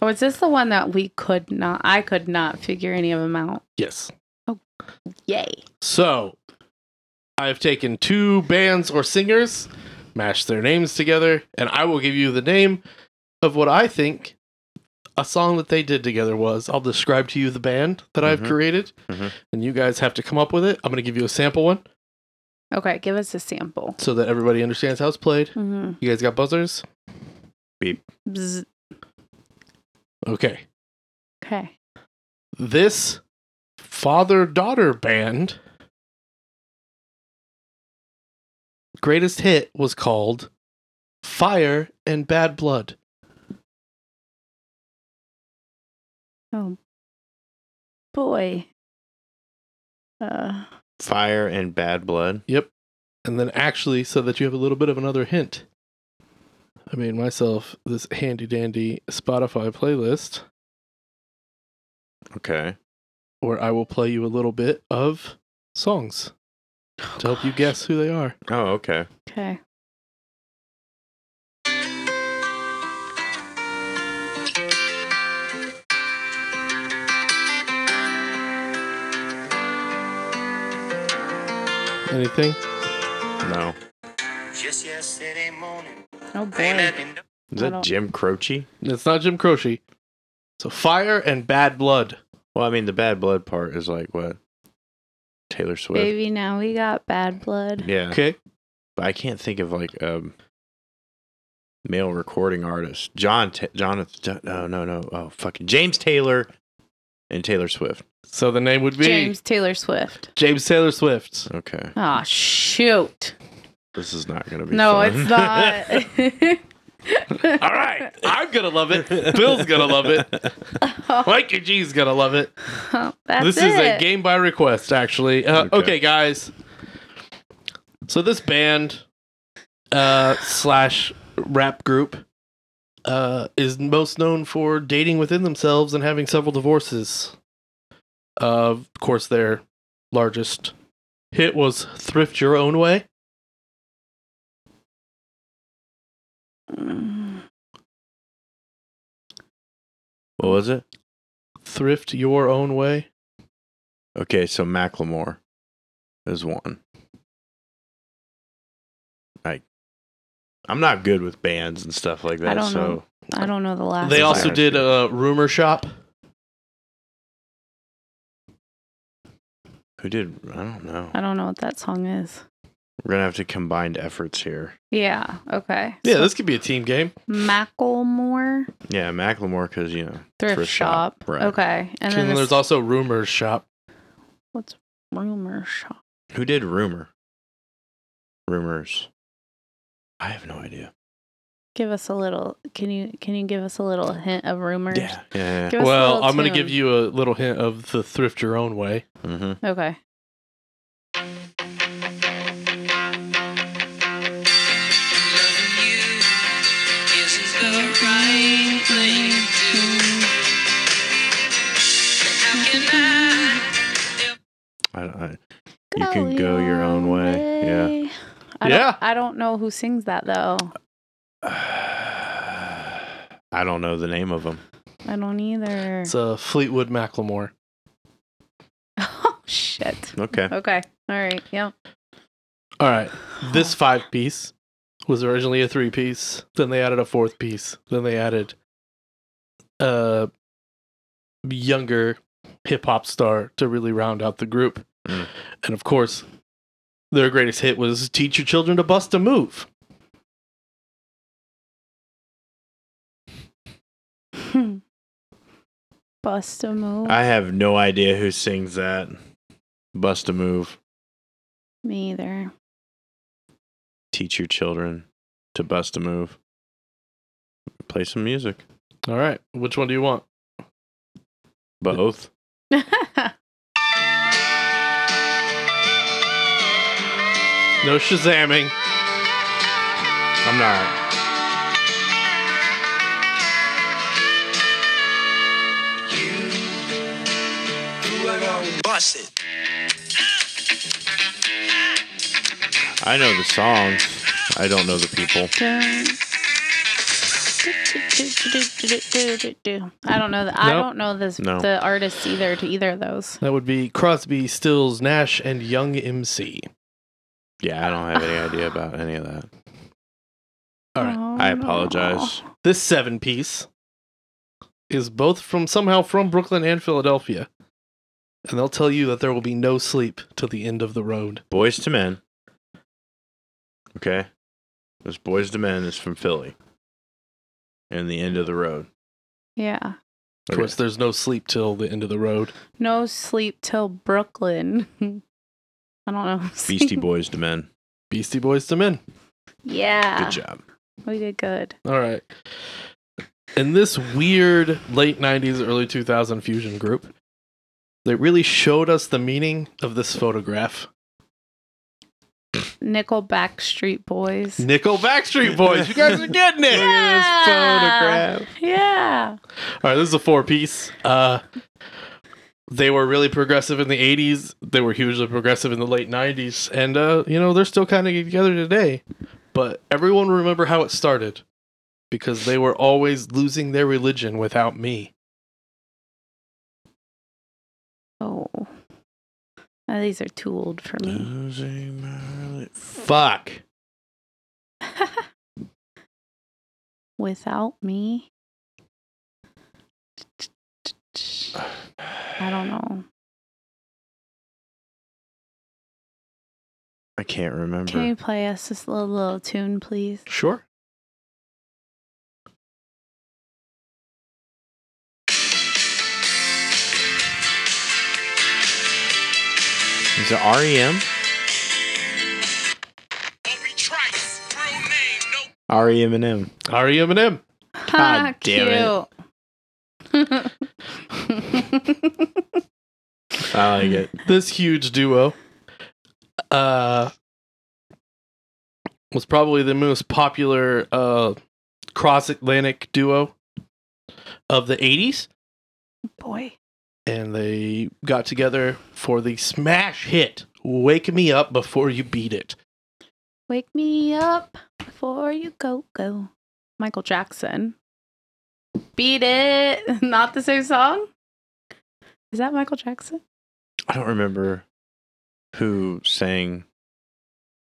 B: Oh, is this the one that we could not? I could not figure any of them out.
C: Yes.
B: Yay.
C: So I've taken two bands or singers, mashed their names together, and I will give you the name of what I think a song that they did together was. I'll describe to you the band that I've
A: Mhm.
C: created,
A: Mhm.
C: and you guys have to come up with it. I'm going to give you a sample one
B: Okay, give us a sample.
C: so that everybody understands how it's played.
B: hmm
C: You guys got buzzers?
B: Bzz.
C: Okay.
B: Okay.
C: This father daughter band greatest hit was called Fire and Bad Blood.
B: Oh boy. Uh.
A: Fire and Bad Blood.
C: Yep. And then actually, so that you have a little bit of another hint, I made myself this handy dandy Spotify playlist
A: Okay.
C: where I will play you a little bit of songs to help you guess who they are.
A: Oh, okay.
B: Okay.
C: Anything?
A: No.
D: Just yesterday morning,
B: Oh
D: they
B: boy.
D: let me know.
A: Is
B: I
A: that
B: don't-
A: Jim Croce?
C: It's not Jim Croce. So Fire and Bad Blood.
A: Well, I mean, the bad blood part is like what? Taylor Swift.
B: Baby, now we got bad blood.
A: Yeah.
C: Okay.
A: But I can't think of like um male recording artist. John, Ta- Jonathan, no, no, no. Oh, fucking James Taylor and Taylor Swift.
C: So the name would be
B: James Taylor Swift.
C: James Taylor Swift.
A: Okay.
B: Ah, shoot.
A: This is not going to be
B: No,
A: fun.
B: it's not.
C: All right. I'm going to love it. Bill's going to love it. Mikey G's going to love it.
B: Oh, That's
C: this
B: it.
C: is a game by request, actually. Uh, okay.
A: Okay.
C: guys. So this band uh, slash rap group uh, is most known for dating within themselves and having several divorces. of course, their largest hit was "Thrift Your Own Way."
B: Mm,
A: What was it?
C: "Thrift Your Own Way."
A: Okay, so Macklemore is one. I, I'm not good with bands and stuff like that.
B: I don't
A: so
B: know. I don't know the last.
C: They
A: That's
C: also
A: fire.
C: did uh, "Rumor Shop."
A: who did? I don't know.
B: I don't know what that song is.
A: We're gonna have to combine efforts here.
B: Yeah. Okay.
C: Yeah,
B: So
C: this could be a team game.
B: Macklemore
A: Yeah, Macklemore, because you know
B: thrift,
A: Thrift
B: shop.
A: shop, right.
B: Okay. And
C: And
B: then
C: there's
B: this,
C: also "Rumor Shop."
B: what's rumor shop?
A: who did rumor. Rumors. I have no idea.
B: Give us a little. Can you can you give us a little hint of rumors?
A: Yeah, yeah.
B: Give us a
C: Well,
B: little
C: I'm going to
B: tune.
C: give you a little hint of the "Thrift Your Own Way."
A: hmm
B: Okay.
D: Loving you isn't the right thing to do. How can I?
A: I, I, You can go your own way. Yeah.
B: way. I
C: Yeah.
B: Don't, I don't know who sings that though.
A: I don't know the name of them.
B: I don't either.
C: It's uh, Fleetwood Macklemore.
B: oh shit.
A: Okay.
B: Okay. All right. Yeah.
C: All right. This five piece was originally a three piece. Then they added a fourth piece. Then they added a younger hip hop star to really round out the group.
A: Mm.
C: And of course, their greatest hit was Teach Your Children to Bust a Move.
B: Bust a move.
A: I have no idea who sings that. Bust a move.
B: Me either.
A: Teach your children to bust a move. Play some music.
C: All right. Which one do you want?
A: Both.
C: No Shazamming.
A: I'm not.
D: You are gonna bust it.
A: I know the songs. I don't know the people.
B: I don't know. The, I
C: Nope.
B: don't know this
A: No.
B: the artists either to either of those.
C: That would be Crosby, Stills, Nash, and Young MC.
A: Yeah, I don't have any idea about any of that.
C: All right.
B: Oh,
A: I
B: no.
A: apologize.
C: This seven piece is both from somehow from Brooklyn and Philadelphia. And they'll tell you that there will be no sleep till the end of the road.
A: Boys to Men. Okay. This Boys to Men is from Philly. And the end of the road.
B: Yeah.
C: Of
A: Okay.
C: course, there's no sleep till the end of the road.
B: No sleep till Brooklyn. I don't know.
A: Beastie Boys to Men.
C: Beastie Boys to Men.
B: Yeah.
A: Good job.
B: We did good.
C: All right. And this weird late 90s, early 2000 fusion group, they really showed us the meaning of this photograph.
B: Nickelback Street Boys.
C: Nickel Backstreet Boys, you guys are getting it.
B: Yeah.
C: Photograph.
B: Yeah.
C: All right, this is a four piece. Uh, they were really progressive in the 80s. They were hugely progressive in the late 90s. And, uh, you know, they're still kind of together today. But everyone remember how it started because they were always losing their religion without me.
B: Oh. Now these are too old for me.
A: Losing my reli- Fuck.
B: Without me? I don't know.
A: I can't remember.
B: Can you play us this little, little tune, please?
C: Sure.
A: Is it E REM? REM and E M.
C: Ari Eminem.
B: Ah,
A: God damn
B: Cute.
A: I like it.
C: This huge duo uh, was probably the most popular uh, cross Atlantic duo of the 80s.
B: Boy.
C: and they got together for the smash hit "Wake Me Up Before You Beat It."
B: Wake me up before you go go. Michael Jackson. Beat it. Not the same song. Is that Michael Jackson?
A: I don't remember who sang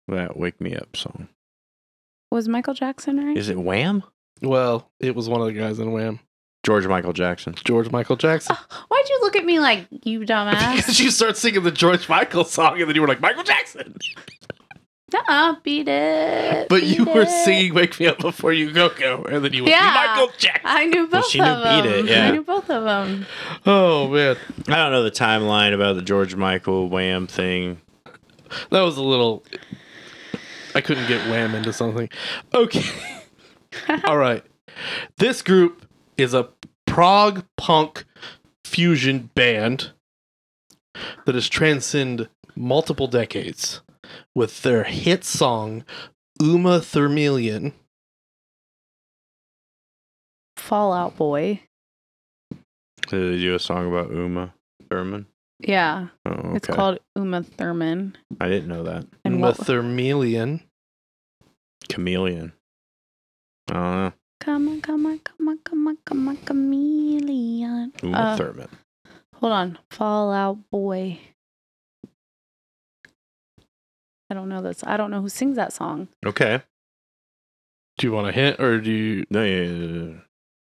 A: that Wake Me Up song.
B: Was Michael Jackson right?
A: Is it Wham?
C: Well, it was one of the guys in Wham,
A: George Michael Jackson.
C: George Michael Jackson.
B: Oh, why'd you look at me like you dumbass?
C: Because you start singing the George Michael song, and then you were like Michael Jackson,
B: uh beat it.
C: but you
B: beat
C: were
B: it.
C: singing "Wake Me Up Before You Go Go," and then you went
B: Yeah. Uh-huh.
C: Michael Jackson.
B: I knew both
A: Well, she knew
B: of them.
A: Beat It, yeah.
B: I knew both of them.
C: Oh man,
A: I don't know the timeline about the George Michael Wham thing.
C: that was a little. I couldn't get Wham into something. Okay, all right. This group is a prog punk fusion band that has transcended multiple decades with their hit song Uma Thermelion.
B: Fallout Boy.
A: Did they do a song about Uma Thurman?
B: Yeah.
A: Oh, okay.
B: It's called Uma Thurman.
A: I didn't know that.
B: And
C: Uma
B: what
C: Thermelion.
A: Chameleon. I don't know.
B: come on, come on, come on, come on, come on, chameleon.
A: Uma
B: Uh,
A: Thurman.
B: Hold on. Fallout Boy. I don't know this. I don't know who sings that song.
A: Okay.
C: Do you want a hint or do you
A: No, yeah, yeah, yeah,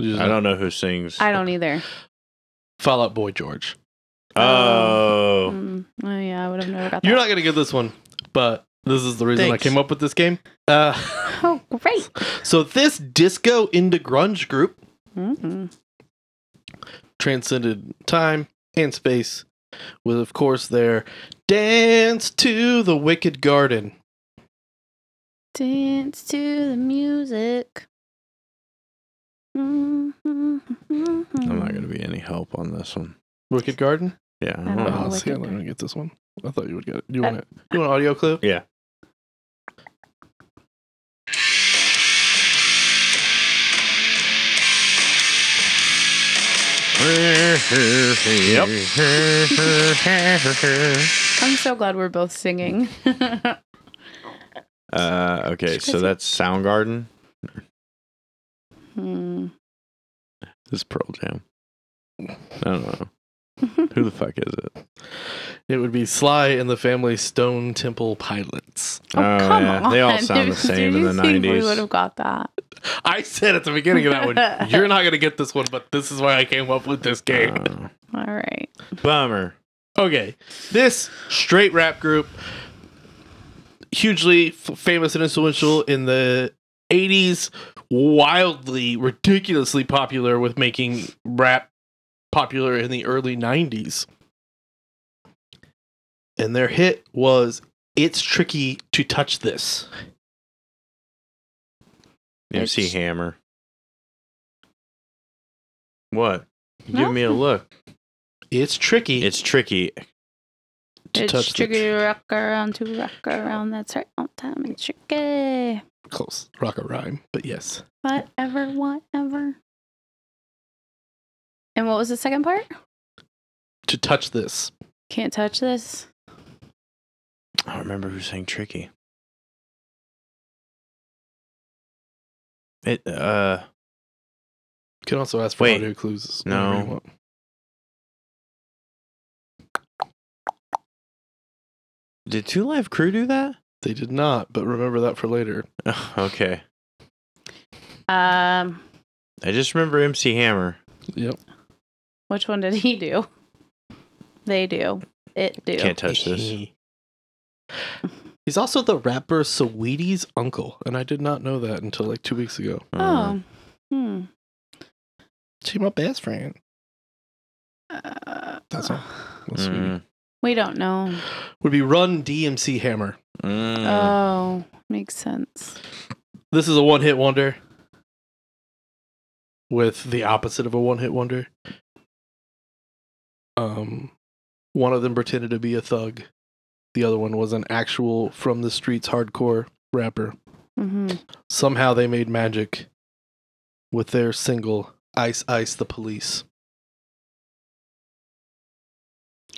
C: just
A: yeah. I don't know who sings.
B: I don't either.
C: Fall Out Boy George?
A: Oh.
B: Mm. Oh, yeah. I would have never got that.
C: You're not gonna get this one, but this is the reason
A: Thanks.
C: I came up with this game. Uh,
B: oh, great.
C: so this disco into grunge group
B: Mm-hmm.
C: transcended time and space with, of course, their Dance to the Wicked Garden.
B: Dance to the music. I'm
A: I'm not
B: not
A: going to be any help on this one.
C: Wicked Garden? Oh,
A: Yeah. I
B: I
A: don't
B: don't
A: know.
B: know. Wicked
C: see, I'm not
B: Garden.
C: gonna get this one. I thought you would get it. You
B: I-
C: want it? You want an audio clue?
A: Yeah.
C: Yep.
B: I'm so glad we're both singing.
A: Oh, Uh, okay, so that's Soundgarden.
B: Hmm.
A: This is Pearl Jam. I don't know. Who the fuck is it?
C: It would be Sly and the Family Stone Temple Pilots.
B: Oh, come on.
A: They all sound the
B: Did
A: same in
B: you
A: the Oh.
B: think We
A: 90s.
B: would have got that.
C: I said at the beginning of that one, you're not gonna get this one, but this is why I came up with this game.
A: Oh.
B: All right.
A: bummer.
C: Okay, this straight rap group, hugely f- famous and influential in the 80s, wildly, ridiculously popular with making rap popular in the early 90s. And their hit was It's Tricky to Touch This.
A: MC
B: It's-
A: Hammer. What? You give
B: Nothing.
A: me a look.
C: It's tricky
A: It's tricky.
C: to
B: it's
C: touch
B: tricky
C: this.
B: to rock around to rock around. That's right on time. It's tricky.
C: Close. Rock a rhyme, but yes.
B: Whatever, whatever. And what was the second part?
C: to touch this.
B: Can't touch this.
A: I don't remember who sang "Tricky." It uh
C: You can also ask for
A: Wait.
C: audio clues.
A: No.
C: whenever you want.
A: did Two Live Crew do that?
C: They did not, but remember that for later.
A: okay,
B: Um,
A: I just remember MC Hammer.
C: Yep.
B: which one did he do? They do. It do.
A: Can't touch this.
C: He's also the rapper Saweetie's uncle, and I did not know that until like two weeks ago.
A: Uh,
B: Oh. Hmm.
C: She's my best friend.
B: Uh,
C: That's all. That's Saweetie.
A: mm,
B: We don't know.
C: Would be Run DMC Hammer.
A: mm.
B: Oh, makes sense.
C: This is a one hit wonder with the opposite of a one hit wonder. Um, one of them pretended to be a thug, the other one was an actual from the streets hardcore rapper.
B: hmm
C: Somehow they made magic with their single Ice Ice the Police.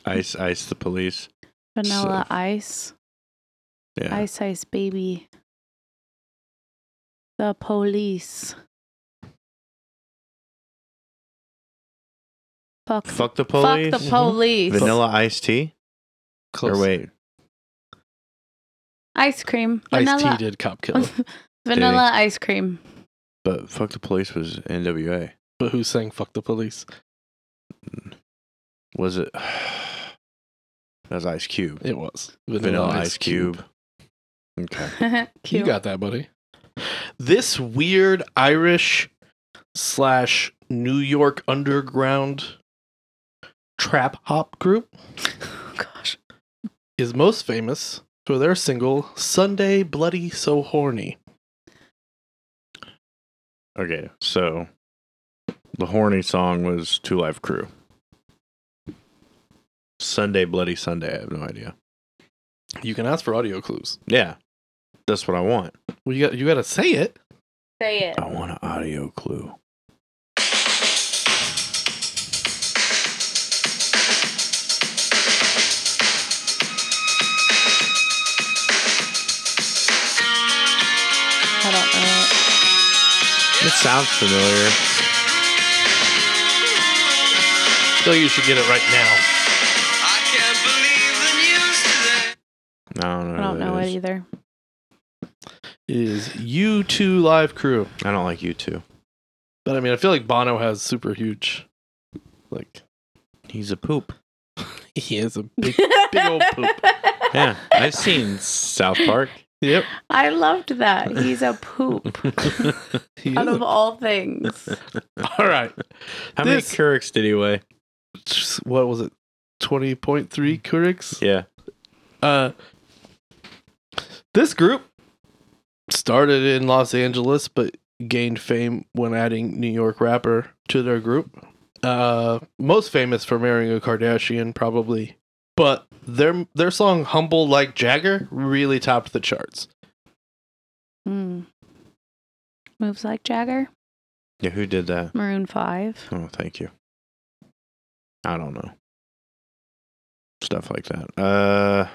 A: Ice, ice, the police.
B: Vanilla ice,
A: Yeah.
B: ice, ice, baby. The police. Fuck,
A: Fuck the
B: fuck
A: police. Mm-hmm.
B: the police.
A: Vanilla iced tea.
C: Close.
A: Or wait,
B: Ice cream.
C: Ice T
B: Vanilla,
C: did Cop Killer.
B: vanilla ice cream.
A: but fuck the police was NWA.
C: but who's saying fuck the police?
A: Was it? that was Ice Cube.
C: It was
A: Vanilla Ice Cube. Okay.
B: Cute.
C: You got that, buddy. This weird Irish slash New York underground trap hop group
B: Gosh.
C: is most famous for their single Sunday Bloody So Horny.
A: Okay. So, the horny song was Two Live Crew. Sunday Bloody Sunday. I have no idea.
C: You can ask for audio clues.
A: Yeah, that's what I want.
C: Well, you got you got to say it.
B: Say it.
A: I want an audio clue.
B: I don't know.
A: It sounds familiar.
C: So you should get it right now.
D: I can't believe the news today.
A: I don't know.
B: I don't
A: who that
B: know it
A: is.
B: either.
C: Is U2 Live Crew.
A: I don't like you two.
C: But I mean, I feel like Bono has super huge like
A: He's a poop.
C: he has a big big old poop.
A: Yeah, I've seen South Park.
C: Yep.
B: I loved that. He's a poop
C: He is
B: out
C: a-
B: of all things.
C: all right.
A: How many
C: This-
A: Keurigs did he weigh?
C: what was it 20.3 Keurigs?
A: Yeah.
C: Uh This group started in Los Angeles but gained fame when adding New York rapper to their group. Uh most famous for marrying a Kardashian probably. But their their song Humble Like Jagger really topped the charts.
B: Hmm. Moves like Jagger,
A: Yeah, who did that?
B: Maroon 5.
A: Oh, thank you. I don't know. Stuff like that. Uh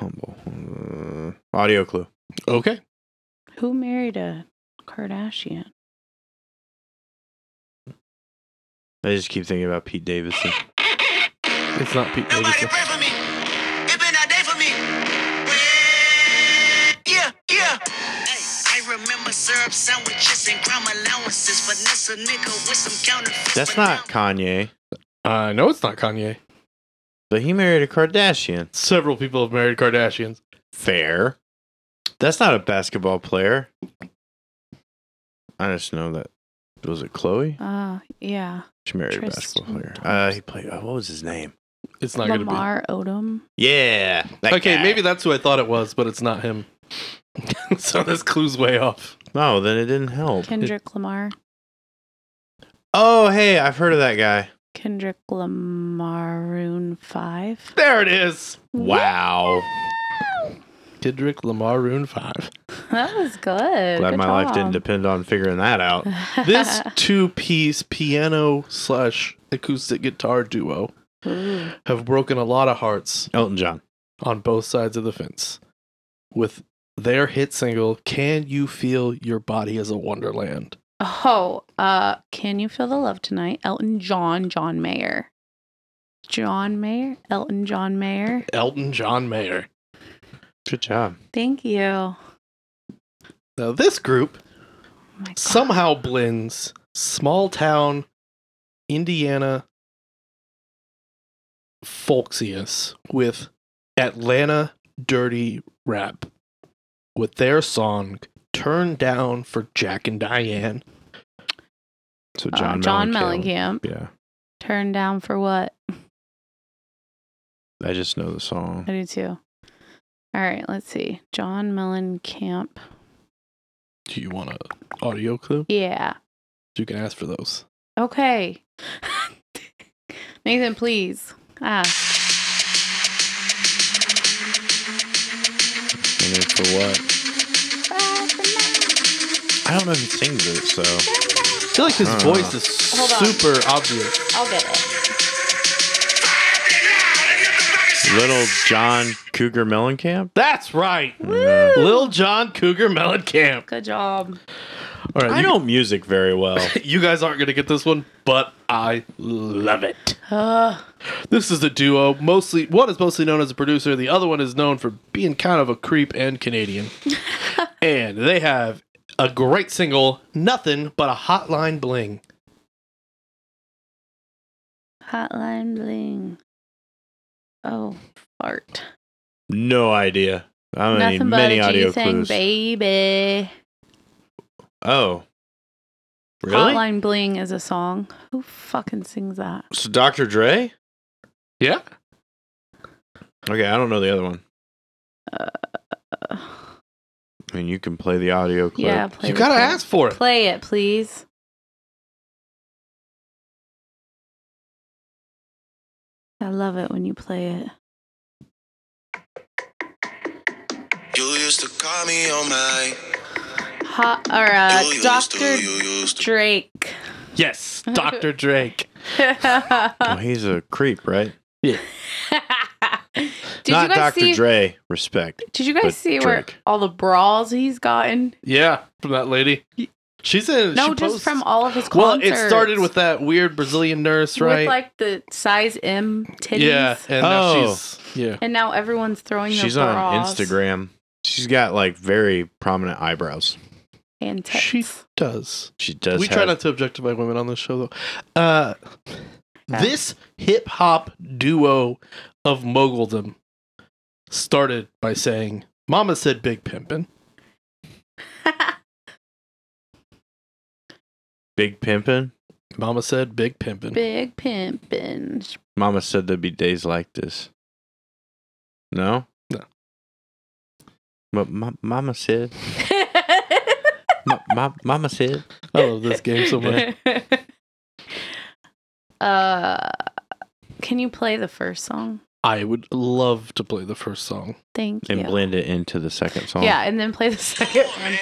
A: humble. Uh, audio clue.
C: Okay.
B: Who married a Kardashian?
A: I just keep thinking about Pete Davidson.
C: It's not Pete
D: Nobody
C: Davidson.
D: pray for me. It's been a day for me. Yeah, yeah. Hey, I remember syrup sandwiches and crime allowances. Finesse a nigga with some counterfeit.
A: That's not Kanye,
C: I know Uh, it's not Kanye.
A: but he married a Kardashian.
C: Several people have married Kardashians.
A: Fair. That's not a basketball player. I just know that. Was it Chloe?
B: Uh, yeah.
A: She married a
B: Tristan
A: basketball player. Uh, he played. Uh, what was his name?
C: It's not going to be.
B: Lamar Odom.
A: Yeah. that
C: okay,
A: guy.
C: maybe that's who I thought it was, but it's not him. so this clue's way off.
A: No, Oh, then it didn't help.
B: Kendrick Lamar.
A: Oh, hey, I've heard of that guy.
B: Kendrick Lamar Maroon 5.
C: There it is.
A: Wow.
C: Kendrick Lamar Rune 5.
B: That was good.
A: Glad
B: Good
A: my life didn't
B: job.
A: depend on figuring that out.
C: This two piece piano slash acoustic guitar duo have broken a lot of hearts
A: Elton John.
C: on both sides of the fence with their hit single "Can You Feel Your Body Is a Wonderland."
B: Oh, uh, can you feel the love tonight? Elton John, John Mayer, John Mayer, Elton John Mayer.
C: Elton John Mayer.
A: Good job.
B: Thank you. Oh
C: Now this group
B: my God.
C: somehow blends small town Indiana folksiness with Atlanta dirty rap with their song Turn Down for Jack and Diane.
A: So
B: Uh,
A: John,
B: John
A: Mellencamp.
B: Mellencamp.
A: Yeah,
B: Turned down for what?
A: I just know the
B: I
A: song.
B: do too. All right, let's see. John Mellencamp.
C: Do you want a audio clip?
B: Yeah.
C: You can ask for those.
B: Okay. Nathan, please. Ah,
A: And then for what? I don't know who sings it. So
C: I feel like his
A: Uh.
C: voice is
B: Hold on.
C: super obvious.
B: I'll get it.
A: Little John Cougar Mellencamp.
C: That's right.
A: Yeah.
C: Lil John Cougar Mellencamp.
B: Good job.
C: All right.
A: I
C: you-
A: don't music very well.
C: you guys aren't going to get this one, but I love it.
B: Uh,
C: This is a duo. Mostly, one is mostly known as a producer. The other one is known for being kind of a creep and Canadian. and they have a great single, "Nothing But a Hotline Bling."
B: hotline bling. Oh, fart.
A: no idea. I don't need
B: Nothing but
A: many
B: a
A: audio
B: G thing,
A: clues.
B: baby.
A: Oh, really?
B: Hotline bling is a song. Who fucking sings that?
A: So Dr. Dre?
C: Yeah,
A: Okay, I don't know the other one.
B: Uh,
A: I mean, you can play the audio clip.
B: Yeah, play
C: you
B: the
C: gotta
B: clip.
C: ask for it.
B: Play it, please. I love it when you play it.
E: You used to call me on my.
B: Hot or uh,
E: you used to,
B: Doctor
E: you used to.
B: Drake.
C: Yes, Dr. Drake.
A: Well, Oh, he's a creep, right?
B: did
A: Not
B: you guys
A: Dr.
B: see?
A: Dre. Respect.
B: Did you guys
A: but
B: see where
A: Drake.
B: all the brawls he's gotten?
C: Yeah, from that lady. She's in.
B: No,
C: she
B: just
C: posts-
B: from all of his
C: Well,
B: concerts.
C: it started with that weird Brazilian nurse, right?
B: with like the size M titties.
C: yeah, and now
A: Oh.
C: she's yeah.
B: And now everyone's throwing their
A: She's on
B: bras
A: Instagram. She's got like very prominent eyebrows.
B: and tits.
C: She does.
A: She does.
C: we
A: have,
C: try not to objectify women on this show though. Uh,
B: Yeah.
C: this hip hop duo of moguldom started by saying, "Mama said big pimpin."
A: Big pimpin'.
C: Mama said big pimpin.
B: Big pimpin'.
A: Mama said there'd be days like this. No.
C: No.
A: But ma- Mama said. ma- ma- mama said.
C: I love this game so much.
B: uh, can you play the first song?
C: I would love to play the first song.
B: Thank
A: And
B: you.
A: blend it into the second song.
B: Yeah, and then play the second one.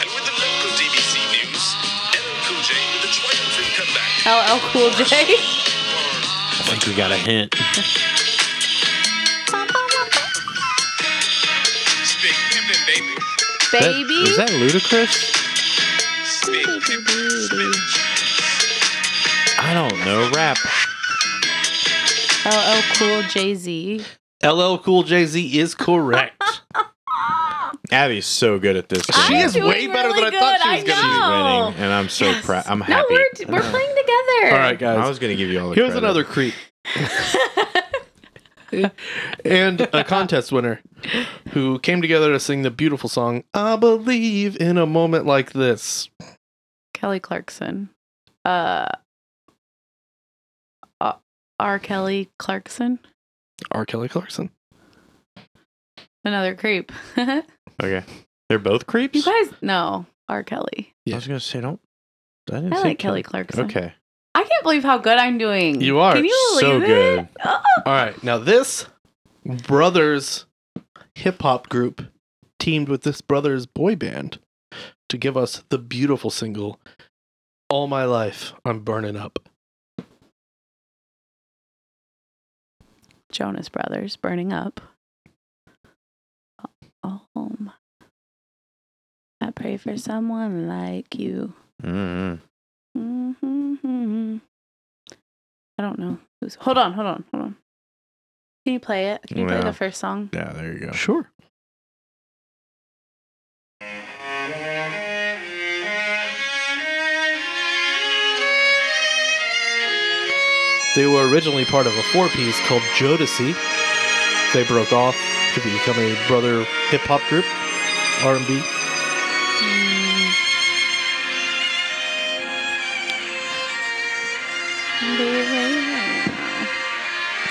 E: And with the local DBC news, LL Cool J with a triumphant comeback.
B: LL Cool J.
A: I think we got a hint.
E: It's big pimpin', baby.
B: Baby.
A: Is that ludicrous?
E: It's big pimpin'. It's big
A: I don't know rap.
B: LL Cool Jay Z.
C: LL Cool Jay Z is correct.
A: Abby's so good at this.
B: I'm
C: she is
B: doing
C: way better than I
B: really
C: thought she was
B: good,
C: gonna
B: I
C: be.
B: know. Oh.
A: winning, and I'm so
B: Yes.
A: proud. I'm
B: No,
A: happy.
B: we're, we're playing together.
C: All right,
A: I
C: guys.
A: was gonna give you all the.
C: Here's
A: credit.
C: another creep and a contest winner who came together to sing the beautiful song "I Believe in a Moment Like This."
B: Kelly Clarkson. Uh, uh, R. Kelly Clarkson.
C: R. Kelly Clarkson.
B: Another creep. you
A: Okay, they're both creeps.
B: guys know R. Kelly.
A: I was gonna say don't. I, didn't
B: I
A: say
B: like Kelly Clarkson.
A: Okay,
B: I can't believe how good I'm doing.
C: You are
B: Can you believe
A: so
B: it?
A: good.
B: Oh,
C: All right, now this brothers hip hop group teamed with this brothers boy band to give us the beautiful single "All My Life I'm Burning Up."
B: Jonas Brothers burning up. Um, I pray for someone like you.
A: Mm-hmm.
B: Mm-hmm. I don't know. Who's, hold on, hold on, hold on. Can you play it? Can you play
A: Yeah.
B: the first song?
A: Yeah, there you go.
C: Sure. They were originally part of a four piece called Jodeci. They broke off to become a brother hip hop group, R and B.
B: I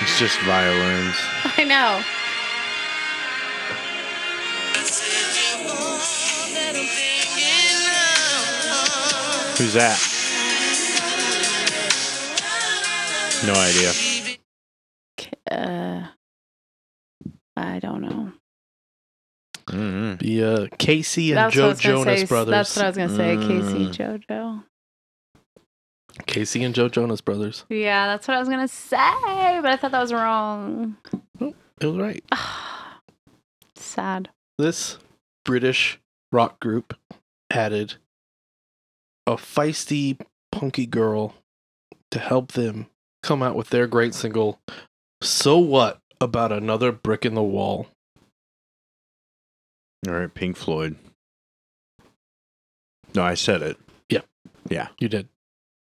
A: It's just violins.
B: know.
A: Who's that? No idea.
B: Uh, I don't know.
A: Mm-hmm.
C: The uh, Casey and
B: That's what I
C: Joe
B: was gonna
C: Jonas
B: say.
C: brothers. Mm.
B: That's what I was gonna say. Casey JoJo.
C: Casey and Joe Jonas brothers.
B: Yeah, that's what I was gonna say, but I thought that was wrong.
C: It was right.
B: Sad.
C: This British rock group added a feisty, punky girl to help them come out with their great single, So What About Another Brick in the Wall?
A: All right, Pink Floyd. No, I said it.
C: You did.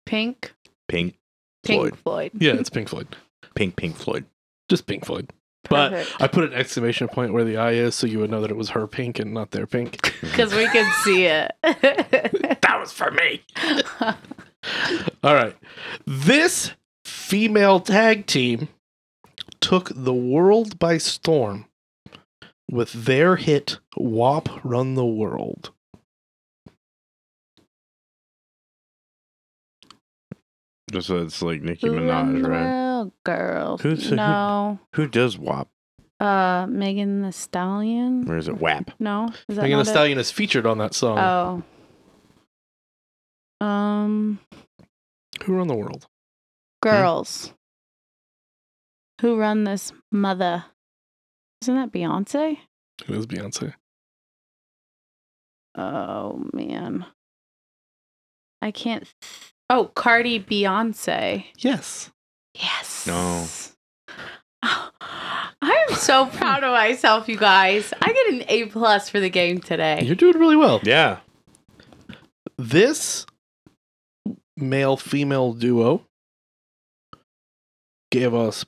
B: Pink.
A: Pink,
B: Pink
A: Floyd.
B: Floyd.
C: Yeah, it's Pink Floyd.
A: Pink, Pink Floyd.
C: Just Pink Floyd. But
B: Perfect.
C: I put an exclamation point where the I is so you would know that it was her pink and not their pink.
B: Because we could see it.
C: that was for me. All right. This female tag team took the world by storm with their hit WAP Run the World.
A: Just so it's like Nicki
B: Ooh, I'm
A: Minaj,
B: the
A: right?
B: real Girl.
A: Who's-
B: no.
A: Who does WAP?
B: Uh, Megan the Stallion.
A: Or is it WAP?
B: No, is that
C: Megan Thee
B: not it?
C: Stallion is featured on that song.
B: Oh, um,
C: Who Run the World?
A: Hmm?
B: girls who run this mother. Isn't that Beyonce?
C: It is Beyonce.
B: Oh man, I can't. Oh, Cardi Beyonce.
C: Yes.
B: Yes.
A: No.
B: I am so proud of myself, you guys. I get an A plus for the game today.
C: You're doing really well.
A: Yeah.
C: This male female duo gave us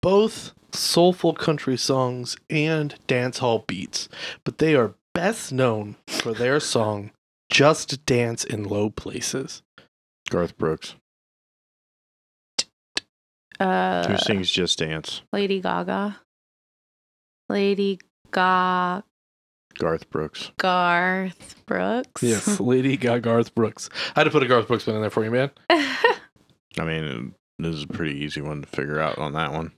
C: both soulful country songs and dance hall beats, but they are best known for their song Just Dance in Low Places.
A: Garth Brooks. Who
B: Uh,
A: sings Just Dance?
B: Lady Gaga. Lady Gaga.
A: Garth Brooks.
B: Garth Brooks.
C: Yes, Lady Gaga Garth Brooks. I had to put a Garth Brooks one in there for you, man.
A: I mean, it, this is a pretty easy one to figure out on that one.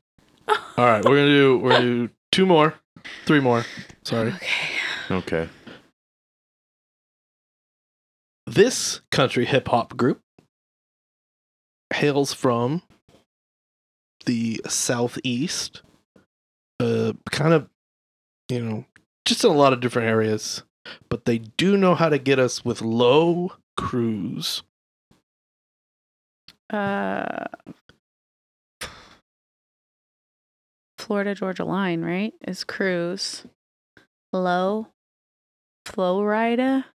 C: All right, we're going to do we're going to do two more, three more. Sorry.
B: okay.
A: Okay.
C: this country hip hop group hails from the southeast, uh, kind of, you know, just in a lot of different areas, but they do know how to get us with low cruise.
B: Uh, Florida Georgia line, right? Is Cruz low Florida?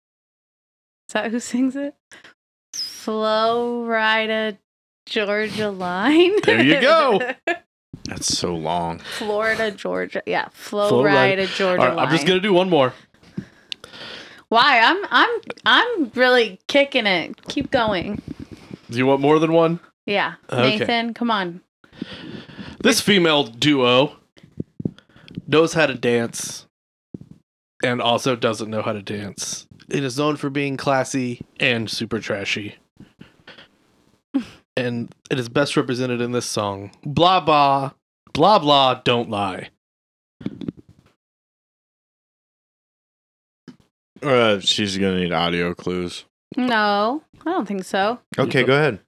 B: Is that who sings it? Florida Georgia line.
C: There you go.
A: That's so long.
B: Florida Georgia. Yeah,
C: Florida.
B: Florida Georgia
C: All right,
B: line.
C: I'm just gonna do one more.
B: Why? I'm I'm I'm really kicking it. Keep going.
C: Do you want more than one?
B: Yeah.
C: Okay.
B: Nathan, come on.
C: This female duo knows how to dance and also doesn't know how to dance. It is known for being classy and super trashy. and it is best represented in this song. Blah blah blah blah don't lie.
A: Uh, she's going to need audio clues.
B: No, I don't think so.
A: Okay, go ahead.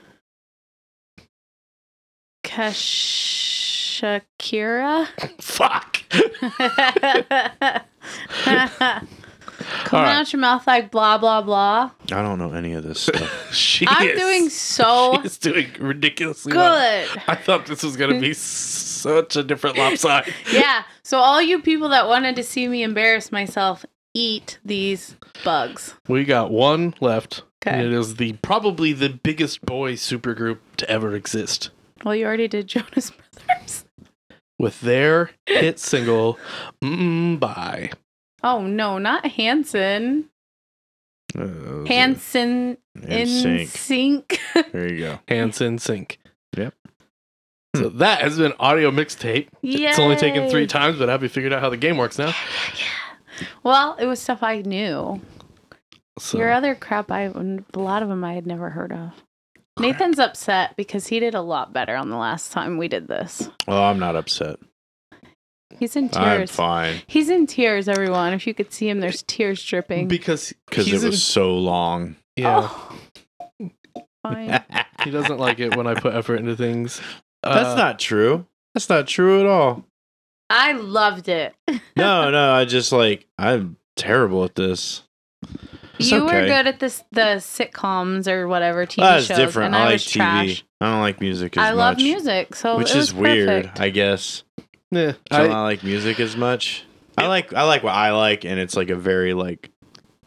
B: Cash. Shakira.
C: Fuck.
B: Coming
C: All right.
B: out your mouth like blah blah blah.
A: I don't know any of this stuff.
C: She
B: I'm
C: is,
B: doing so
C: She is doing ridiculously well.
B: good.
C: I thought this was gonna be such a different lopside.
B: Yeah. So all you people that wanted to see me embarrass myself, eat these bugs.
C: We got one left. And
B: Okay.
C: it is the probably the biggest boy supergroup to ever exist.
B: Well, you already did Jonas Brothers.
C: With their hit single Mm Bye.
B: Oh no, not Hanson.
A: Uh, those are
B: Hanson
A: in
B: in
A: sync.
B: sync.
A: There you go.
C: Hanson Sync.
A: Yep. Hmm.
C: So that has been audio mixtape. It's only taken
B: Yay.
C: three times, but have you figured out how the game works now?
B: Well, it was stuff I knew.
C: So
B: Your other crap, I a lot of them I had never heard of. Nathan's upset because he did a lot better on the last time we did this.
A: Well, I'm not upset.
B: He's in
A: I'm
B: tears.
A: fine
B: He's in tears, everyone. If you could see him, there's tears dripping.
C: because
A: because it
C: he's
A: was
C: in-
A: so long.
C: yeah,
B: Oh. Fine.
C: he doesn't like it when I put effort into things. Uh.
A: That's not true. That's not true at all.
B: I loved it.
A: No, no. I just like I'm terrible at this. It's
B: you were
A: okay.
B: good at this the sitcoms or whatever TV
A: That's
B: shows,
A: different.
B: and
A: I,
B: I,
A: like
B: was
A: TV.
B: trash.
A: I don't like music as
B: I
A: much.
B: love music, so
A: which
B: Oh, it was
A: is weird,
B: perfect.
A: I guess.
C: Yeah,
A: So I, don't like music as much. I like I like what I like, and it's like a very like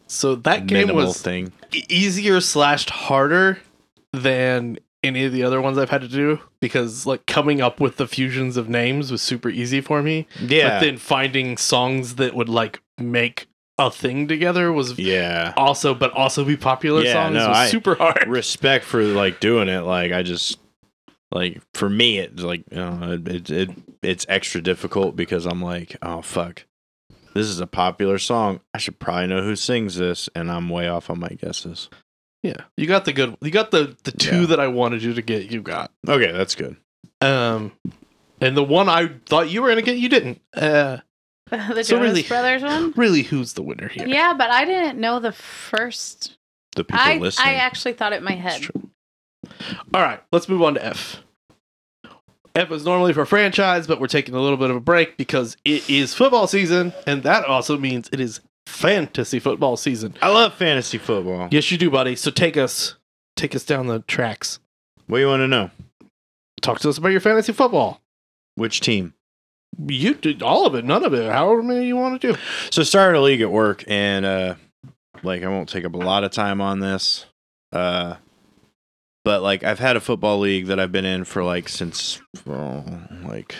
C: so that game
A: minimal
C: was
A: thing.
C: e- easier slashed harder than any of the other ones I've had to do because like coming up with the fusions of names was super easy for me.
A: Yeah,
C: But then finding songs that would like make a thing together was
A: yeah.
C: also but also be popular
A: Yeah,
C: songs
A: no,
C: was
A: I-
C: super hard.
A: Respect for like doing it. Like I just like for me, it's like you know, it, it, it it's extra difficult because I'm like, oh fuck, this is a popular song. I should probably know who sings this, and I'm way off on my guesses.
C: yeah. You got the good you got the the two
A: Yeah.
C: that I wanted you to get, you got.
A: Okay, that's good.
C: Um and the one I thought you were gonna get, you didn't. Uh
B: the Jonas
C: So really-
B: Brothers one.
C: really who's the winner here?
B: Yeah, but I didn't know the first.
A: The people
B: I
A: listening.
B: I actually thought it in my head.
C: All right, let's move on to F. F is normally for franchise, but we're taking a little bit of a break because it is football season, and that also means it is fantasy football season.
A: I love fantasy football.
C: Yes, you do, buddy. So take us, take us down the tracks.
A: What do you want to know?
C: Talk to us about your fantasy football.
A: Which team?
C: You did all of it, none of it. However many you want to do.
A: So I started a league at work, and uh, like I won't take up a lot of time on this, uh, but like I've had a football league that I've been in for like since oh, like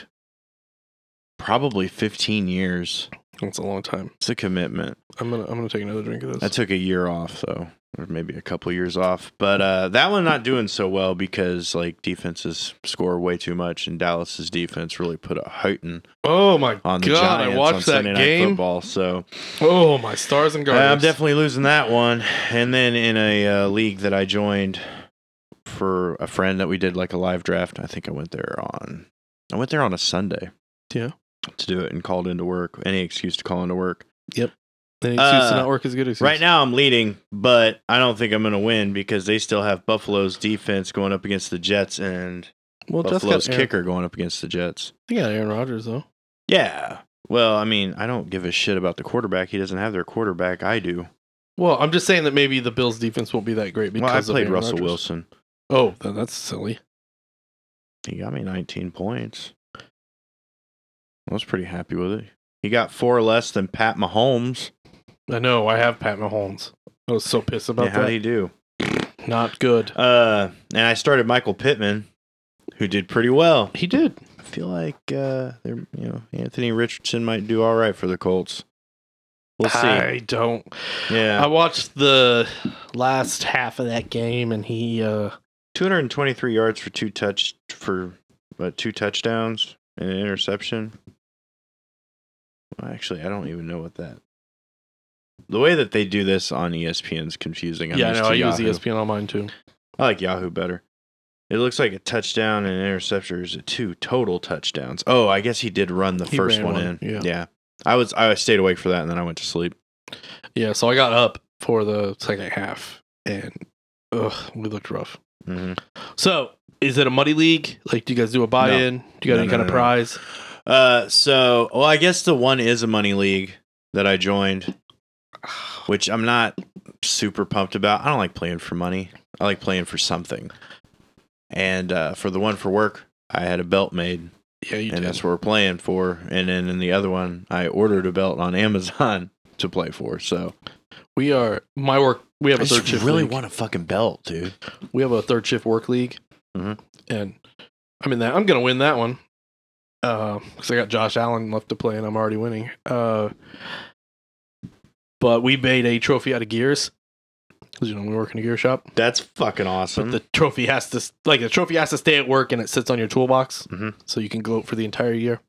A: probably 15 years.
C: That's a long time.
A: It's a commitment.
C: I'm gonna, I'm gonna take another drink of this.
A: I took a year off though, or maybe a couple years off, but uh, that one not doing so well because like defenses score way too much, and Dallas's defense really put a hurting
C: oh my
A: on the
C: god!
A: Giants
C: I watched
A: on
C: that
A: Sunday Night
C: game.
A: Football. So.
C: Oh my stars and
A: Uh,
C: garters.
A: I'm definitely losing that one. And then in a uh, league that I joined for a friend that we did like a live draft. I think I went there on I went there on a Sunday.
C: Yeah.
A: To do it and called into work. Any excuse to call into work.
C: Any excuse to
A: uh,
C: not work is a good excuse.
A: Right now I'm leading, but I don't think I'm going to win because they still have Buffalo's defense going up against the Jets and
C: well, Jeff's got
A: Buffalo's
C: Aaron-
A: kicker going up against the Jets.
C: They got Aaron Rodgers though.
A: Yeah. Well, I mean, I don't give a shit about the quarterback. He doesn't have their quarterback. I do.
C: Well, I'm just saying that maybe the Bills' defense won't be that great because
A: Well, I
C: of
A: played
C: Aaron
A: Russell
C: Rodgers.
A: Wilson.
C: Oh, then that's silly.
A: He got me 19 points. I was pretty happy with it. He got four less than Pat Mahomes.
C: I know. I have Pat Mahomes. I was so pissed about
A: Yeah, how
C: that.
A: did he do?
C: Not good.
A: Uh, and I started Michael Pittman, who did pretty well.
C: He did.
A: I feel like uh, they're, you know Anthony Richardson might do all right for the Colts. We'll see.
C: I don't. I
A: Yeah,
C: watched the last half of that game, and he. uh
A: 223 yards for two touch for uh, two touchdowns and an interception. Well, actually, I don't even know what that. The way that they do this on E ESPN is confusing. I'm
C: Yeah, I
A: used
C: know. I
A: to
C: use E
A: Yahoo.
C: ESPN on mine too.
A: I like Yahoo better. It looks like a touchdown and an interception is two total touchdowns. Oh, I guess he did run the
C: He
A: first
C: ran
A: one,
C: one,
A: in.
C: yeah.
A: I was I stayed awake for that and then I went to sleep.
C: Yeah, so I got up for the second half, and ugh, we looked rough.
A: hmm
C: So Is it a muddy league? Like, do you guys do a buy-in? Do you got
A: No,
C: any
A: no,
C: kind
A: no,
C: of
A: no.
C: prize?
A: Uh, so well, I guess the one is a money league that I joined, which I'm not super pumped about. I don't like playing for money. I like playing for something. And uh, for the one for work, I had a belt made,
C: Yeah, you
A: and that's what we're playing for. And then in the other one, I ordered a belt on Amazon to play for. So
C: We are my work. We have a third shift. league.
A: a fucking belt, dude.
C: we have a third shift work league,
A: Mhm.
C: and I'm in that. I'm gonna win that one because I got Josh Allen left to play, and I'm already winning. Uh, but we made a trophy out of gears because you know we work in a gear shop.
A: That's fucking awesome.
C: But the trophy has to like the trophy has to stay at work, and it sits on your toolbox,
A: Mhm.
C: so you can gloat for the entire year.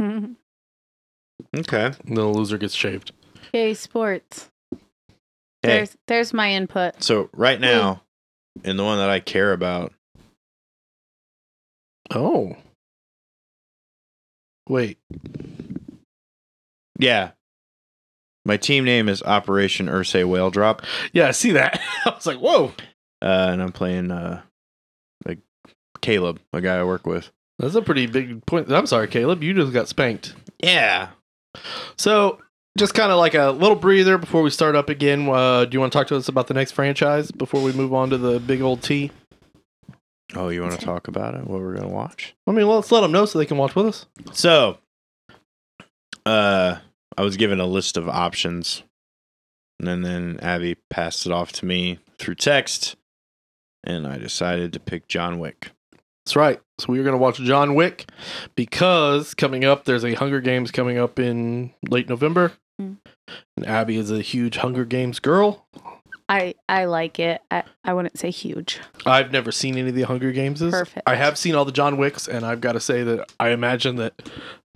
B: Mhm.
A: okay.
C: And then the loser gets shaved.
B: Yay, sports.
A: Hey.
B: There's there's my input.
A: So right now, in the one that I care about,
C: Oh, wait,
A: yeah, my team name is Operation Ursay Whale Drop.
C: yeah, I see that. I was like, whoa,
A: uh, and I'm playing uh, like Caleb, a guy I work with.
C: that's a pretty big point. I'm sorry, Caleb, you just got spanked.
A: Yeah.
C: So, just kind of like a little breather before we start up again. Uh, do you want to talk to us about the next franchise before we move on to the big old T?
A: Oh, you want to talk about it? What we're gonna watch?
C: I mean, let's let them know so they can watch with us.
A: So, uh, I was given a list of options, and then Abby passed it off to me through text, and I decided to pick John Wick.
C: That's right. So we are going to watch John Wick because coming up, there's a Hunger Games coming up in late November,
B: Mm.
C: and Abby is a huge Hunger Games girl.
B: I I like it. I, I wouldn't say huge.
C: I've never seen any of the Hunger Games.
B: Perfect.
C: I have seen all the John Wicks, and I've got to say that I imagine that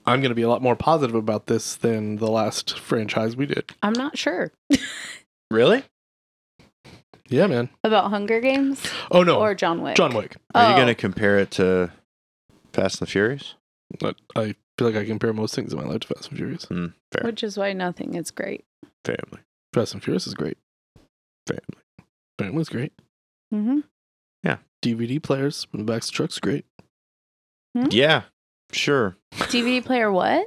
C: I'm going to be a lot more positive about this than the last franchise we did.
B: I'm not sure
A: Really?
C: Yeah, man.
B: about Hunger Games
C: Oh no,
B: or John Wick.
C: John Wick.
A: Are you
B: Oh.
A: gonna compare it to Fast and the Furious?
C: But I feel like I compare most things in my life to Fast and Furious.
A: Hmm. fair.
B: which is why nothing is great.
A: Family.
C: Fast and Furious is great.
A: Family.
C: Family's great.
B: Mm-hmm.
C: DVD players in the back of the truck's great.
A: Yeah. Sure.
B: DVD player, what?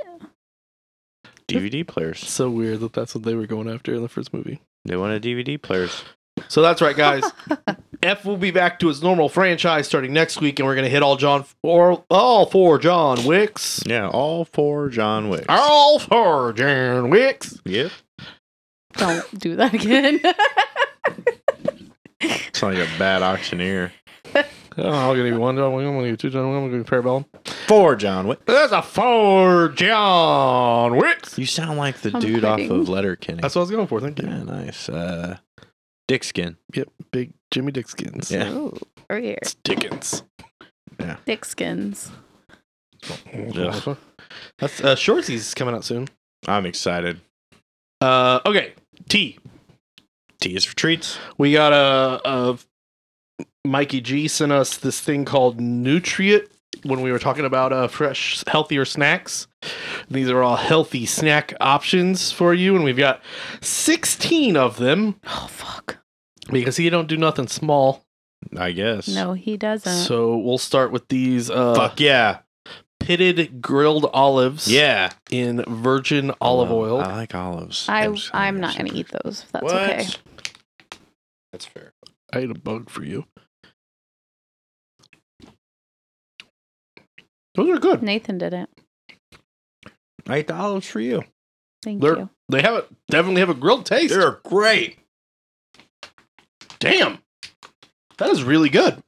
A: DVD players.
C: So weird that that's what they were going after in the first movie.
A: They wanted DVD players.
C: So that's right, guys. F will be back to his normal franchise starting next week, and we're gonna hit all John or all four John Wicks.
A: Yeah, all four John Wicks.
C: All four John Wicks.
A: Yep.
B: Don't do that again.
A: It's like a bad auctioneer.
C: Oh, I'm gonna be one John Wick. I'm gonna be two John Wick. I'm gonna be Parabellum.
A: Four John Wick.
C: There's a four John Wicks.
A: You sound like the
B: I'm
A: dude off
B: quitting.
A: of Letterkenny.
C: That's what I was going for. Thank you.
A: yeah, nice. Uh, dick skin.
C: Yep, big Jimmy Dickskins.
A: Yeah.
B: Oh, over here.
C: It's Dickens.
B: Thick skins.
A: Ugh.
C: That's uh, Shorty's coming out soon.
A: I'm excited.
C: Uh, okay, T.
A: T is for treats.
C: We got a, a Mikey G sent us this thing called Nutrient when we were talking about uh, fresh, healthier snacks. These are all healthy snack options for you, and we've got 16 of them
B: Oh fuck.
C: because he don't do nothing small.
A: I guess.
B: No, he doesn't.
C: So we'll start with these uh,
A: Fuck yeah.
C: pitted grilled olives
A: Yeah.
C: in virgin olive
A: Well,
C: oil.
A: I like olives.
B: I
A: just gonna
B: I'm
A: go
B: not gonna
A: super-
B: eat those. If that's
A: What?
B: okay.
A: That's fair.
C: I ate a bug for you. Those are good.
B: Nathan didn't.
A: I ate the olives for you.
B: Thank
C: They're-
B: you.
C: They have a, definitely have a grilled taste.
A: They're great.
C: Damn, that is really good.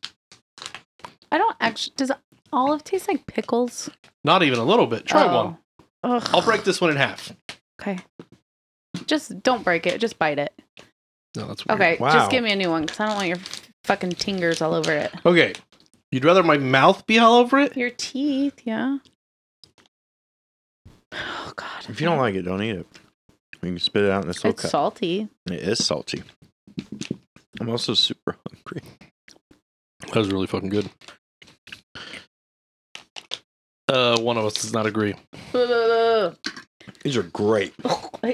B: I don't actually. Does olive taste like pickles?
C: Not even a little bit. Try
B: Oh.
C: one.
B: Ugh.
C: I'll break this one in half.
B: Okay. Just don't break it. Just bite it.
C: No, that's weird.
B: Okay.
A: Wow.
B: Just give me a new one because I don't want your fucking fingers all over it.
C: Okay. You'd rather my mouth be all over it?
B: Your teeth, yeah. Oh God.
A: If you don't like it, don't eat it. You can spit it out in this little
B: it's
A: cup.
B: salty.
A: it is salty. I'm also super hungry.
C: That was really fucking good. Uh, one of us does not agree.
B: it
A: These are great.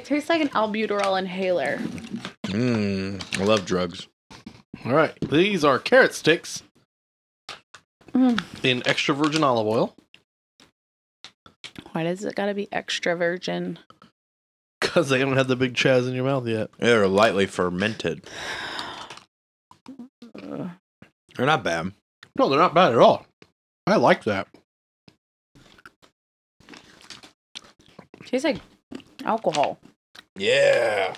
B: tastes like an albuterol inhaler.
A: Mm, I love drugs.
C: All right, these are carrot sticks.
B: Mm.
C: in extra virgin olive oil
B: Why does it gotta be extra virgin?
C: because they haven't had the big chaz in your mouth yet.
A: They're lightly fermented.
B: Ugh.
A: They're not bad.
C: No, they're not bad at all. I like that.
B: Tastes like alcohol.
A: Yeah.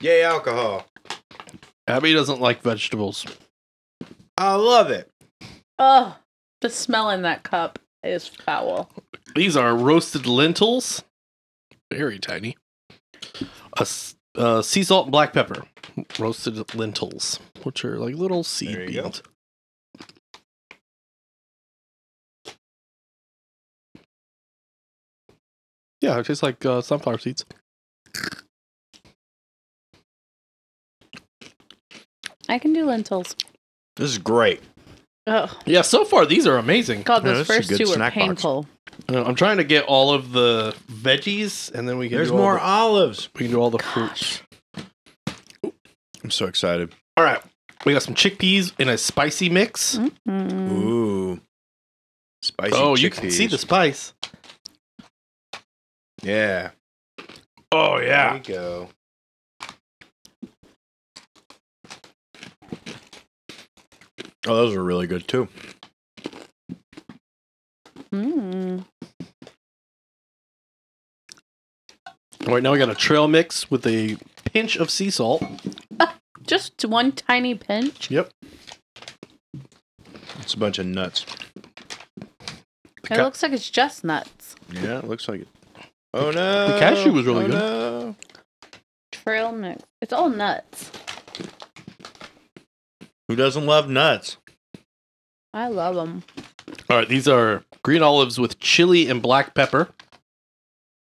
A: Yay, alcohol.
C: Abby doesn't like vegetables.
A: I love it.
B: Ugh. The smell in that cup is foul.
C: These are roasted lentils, very tiny. A s- uh, sea salt and black pepper, roasted lentils, which are like little seed
A: There you go.
C: beans. Yeah, it tastes like uh, sunflower seeds.
B: I can do lentils.
A: This is great.
B: Oh
C: Yeah, so far these are amazing.
B: God,
A: Yeah,
B: those
A: Oh, that's a
B: first
A: good
B: two were
A: snack box.
B: painful.
C: Uh, I'm trying to get all of the veggies, and then we can
A: There's
C: do all
A: more
C: the-
A: olives.
C: we can do all the fruits.
B: Gosh.
A: I'm so excited.
C: All right, we got some chickpeas in a spicy mix.
B: Mm.
A: Ooh. Spicy
C: oh, you can see
A: chickpeas.
C: the spice.
A: Yeah.
C: Oh
A: There you go. Oh, those are really good too.
B: Mm.
C: All right, now we got a trail mix with a pinch of sea salt.
B: Just one tiny pinch.
C: Yep.
A: It's a bunch of nuts.
B: It
C: Ca-
B: looks like it's just nuts.
A: Yeah, it looks like it. Oh no!
C: the cashew was really
A: Oh,
C: good.
A: no.
B: Trail mix. It's all nuts.
A: Who doesn't love nuts?
B: I love them.
C: All right, these are green olives with chili and black pepper.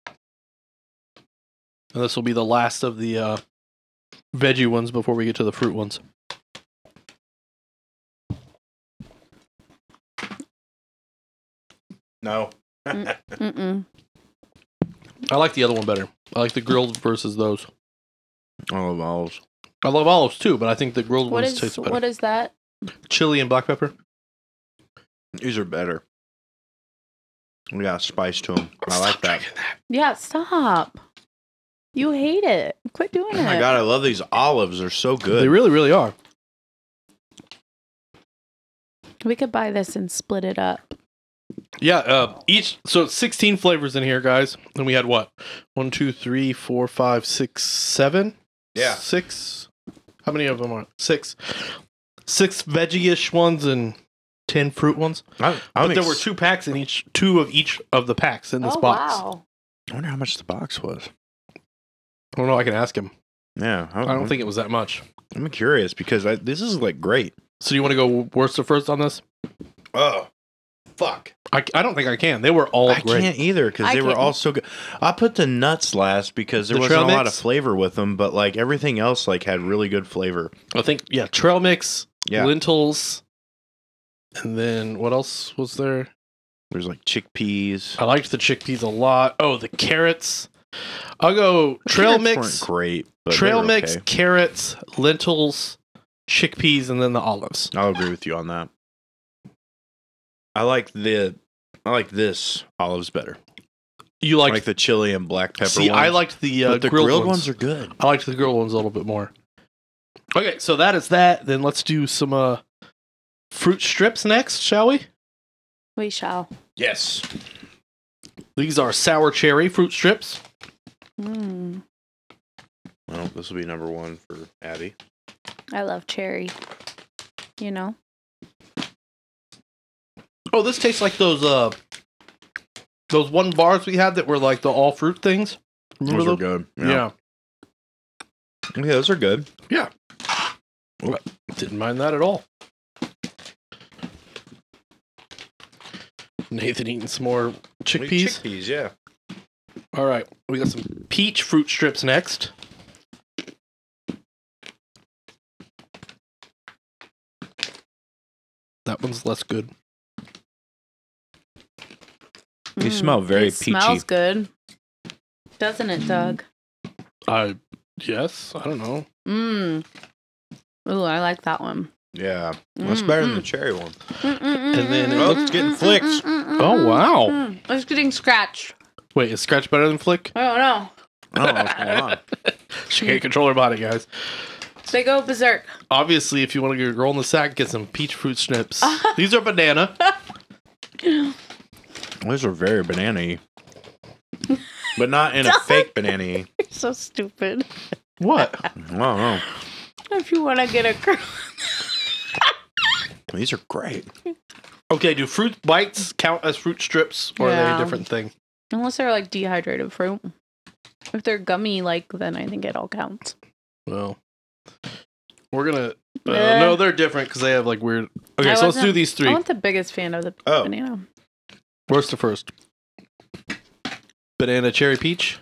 C: And this will be the last of the uh, veggie ones before we get to the fruit ones.
A: No.
B: Mm-mm.
C: I like the other one better. I like the grilled versus those.
A: Olive olives.
C: I love olives too, but I think the grilled
B: What
C: ones
B: is
C: taste better.
B: what is that?
C: chili and black pepper.
A: These are better. We got spice to them. I like that.
B: Yeah, stop. You hate it. Quit doing
A: Oh my
B: it.
A: god, I love these olives. They're so good.
C: They really, really are.
B: We could buy this and split it up.
C: Yeah, uh, each so it's 16 flavors in here, guys. And we had what? One, two, three, four, five, six, seven.
A: Yeah.
C: Six. How many of them are? Six. Six veggie-ish ones and ten fruit ones.
A: I,
C: But
A: I'm
C: there
A: ex-
C: were two packs in each two of each of the packs in this box.
B: Oh, wow.
A: I wonder how much the box was.
C: I don't know, I can ask him.
A: Yeah,
C: I don't think it was that much.
A: I'm curious because I, this is like great.
C: So do you want to go worst to first on this?
A: Oh, fuck!
C: I, I don't think I can. They were all
A: I
C: great.
A: can't either because
B: I
A: they were
B: can't-
A: all so good. I put the nuts last because there
C: The
A: wasn't a
C: trail
A: lot of
C: mix?
A: flavor with them, but like everything else, like had really good flavor.
C: I think yeah, trail mix,
A: Yeah,
C: lentils, and then what else was there?
A: there's like chickpeas.
C: I liked the chickpeas a lot. Oh, the carrots. I'll go
A: The
C: trail
A: carrots
C: mix,
A: weren't great. But they
C: trail
A: were
C: mix,
A: okay.
C: carrots, lentils, chickpeas, and then the olives.
A: I'll agree with you on that. I like the. I like this olives better.
C: You
A: Like,
C: liked
A: the chili and black pepper.
C: see, I
A: ones.
C: liked the, uh,
A: But the
C: grilled, ones.
A: are good.
C: I liked the grilled ones a little bit more. Okay, so that is that. Then let's do some uh, fruit strips next, shall we?
B: We shall.
A: Yes.
C: These are sour cherry fruit strips.
B: Mm,
A: Well, this will be number one for Abby.
B: I love cherry. You know?
C: Oh, this tastes like those uh, those one bars we had that were like the all fruit things. Remember
A: Those are
C: those?
A: good.
C: yeah.
A: Yeah, those are good.
C: Didn't mind that at all. Nathan eating some more chickpeas.
A: Chickpeas, yeah.
C: All right, we got some peach fruit strips next. That one's less good.
A: They smell very
B: Mm. it
A: peachy.
B: Smells good. Doesn't it, Doug?
C: I yes, I don't know.
B: Mmm. Ooh, Mm. I like that one.
A: Yeah. That's better than the cherry one.
B: And
A: then it looks getting flicked.
C: Oh, wow.
B: It's Hmm, getting scratched.
C: Wait, is Scratch better than Flick?
B: I don't know.
A: I don't know what's going on.
C: She can't control her body, guys.
B: They go berserk.
C: Obviously, if you want to get a roll in the sack, get some peach fruit snips. These are banana.
A: Those are very banana But not in a fake banana
B: so stupid.
C: What?
A: I don't know.
B: If you want to get a curl,
A: These are great.
C: Okay, do fruit bites count as fruit strips or are
B: Yeah.
C: they a different thing?
B: unless they're like dehydrated fruit. If they're gummy, like then I think it all counts.
C: Well, we're going to. Uh,
B: Eh.
C: no, they're different because they have like weird. Okay,
B: I
C: so let's
B: wasn't-
C: do these
B: I
C: three.
B: want the biggest fan of the
A: Oh.
B: banana.
C: Worst to first. Banana cherry peach.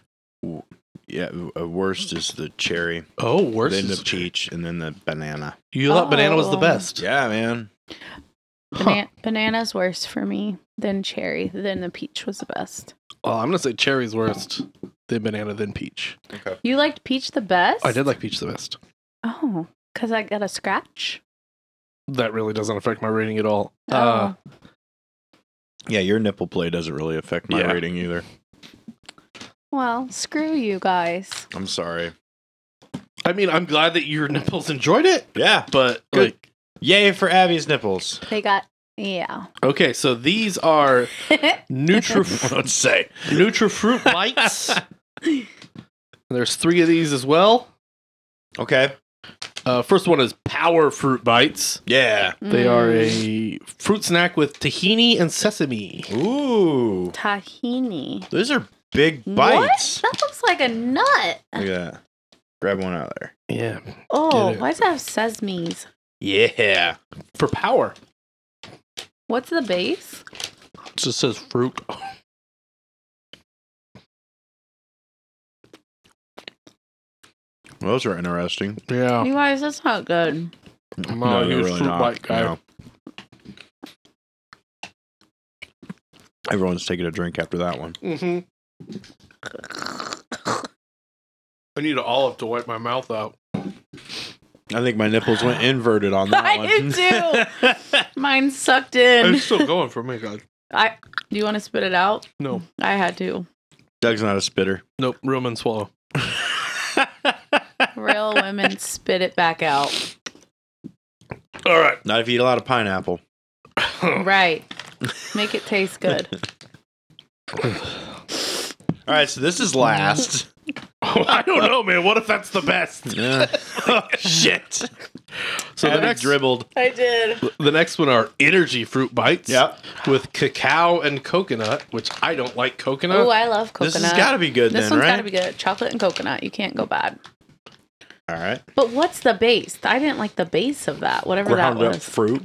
A: Yeah, uh, worst is the cherry,
C: Oh, worst.
A: then the
C: is-
A: peach, and then the banana.
C: You thought banana was the
B: Oh.
C: best.
A: Yeah, man.
B: Bana- Banana's worse for me than cherry. Then the peach was the best.
C: Oh, I'm gonna say cherry's worst, then banana, then peach.
B: You liked peach the best.
C: I did like peach the best.
B: Oh, because I got a scratch.
C: That really doesn't affect my rating at all.
B: Oh,
C: Uh,
A: Yeah, your nipple play doesn't really affect my
C: Yeah.
A: rating either.
B: well, screw you guys.
A: I'm sorry.
C: I mean, I'm glad that your nipples enjoyed it,
A: Yeah.
C: but
A: Good.
C: like,
A: Yay for Abby's nipples.
B: They got yeah.
C: okay, so these are Nutrif-
A: Let's say.
C: Nutrifruit bites. There's three of these as well.
A: Okay.
C: Uh, first one is Power Fruit Bites.
A: Yeah.
C: They are
B: Mm,
C: a fruit snack with tahini and sesame.
A: Ooh.
B: tahini.
A: Those are big bites.
B: What? That looks like a nut.
A: Look at that. Grab one out of there.
C: Yeah,
B: Oh,
C: Get it.
B: why does it have sesames?
A: Yeah.
C: for power.
B: What's the base?
C: It just says fruit.
A: Those are interesting.
C: Yeah.
B: You guys, that's not good.
C: I'm not a
A: they're
C: huge fruit bite guy.
A: No. Everyone's taking a drink after that one.
C: Mm-hmm. I need an olive to wipe my mouth out.
A: I think my nipples went inverted on that
B: I
A: one.
B: did too. Mine sucked in.
C: It's still going for me, God.
B: I. Do you want to spit it out?
C: No.
B: I had to.
A: Doug's not a spitter.
C: Nope. Room and swallow.
B: Real women spit it back out.
C: All right.
A: Not if you eat a lot of pineapple.
B: Right. Make it taste good.
A: All right, so this is last.
C: I don't know, man. What if that's the best?
A: Yeah.
C: Oh,
A: Shit.
C: So the
A: Abby
C: next,
A: dribbled.
B: I did.
C: the next one are energy fruit bites.
A: Yep.
C: With cacao and coconut, which I don't like coconut.
B: Oh, I love coconut.
A: This has got to be good
B: This
A: then,
B: one's
A: right?
B: got to be good. Chocolate and coconut. You can't go bad.
A: All right.
B: But what's the base? I didn't like the base of that. Whatever
A: Ground
B: that
A: up
B: was.
A: fruit.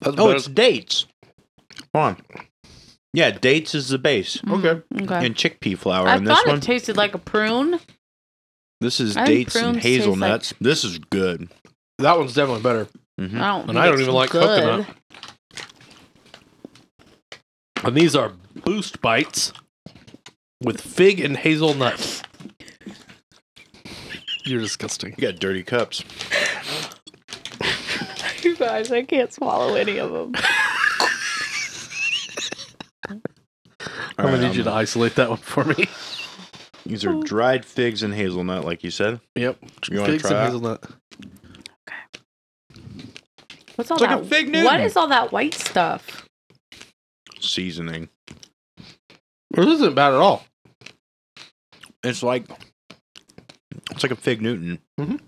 C: That's
A: Oh,
C: better-
A: it's dates. Hold on. Yeah, dates is the base.
C: okay.
B: Okay.
A: And chickpea flour
B: Hmm. I
A: in
B: thought
A: this
B: it
A: one.
B: tasted like a prune.
A: this is
B: I think
A: dates and
B: prunes taste
A: hazelnuts. This is good.
C: That one's definitely better.
A: hmm
B: I don't.
C: And
B: think
C: I don't
B: it's
C: even like
B: good.
C: coconut. And these are boost bites with fig and hazelnut. You're disgusting.
A: You got dirty cups.
B: You guys, I can't swallow any of them.
A: All
C: I'm
A: right, um,
C: gonna need you to isolate that one for me.
A: These are dried figs and hazelnut, like you said.
C: Yep.
A: You wanna try that?
C: hazelnut.
B: What's all
A: It's like
B: that?
A: a fig Newton.
B: What is all that white stuff?
A: Seasoning.
C: This isn't bad at all.
A: It's like it's like a fig Newton.
C: Mhm.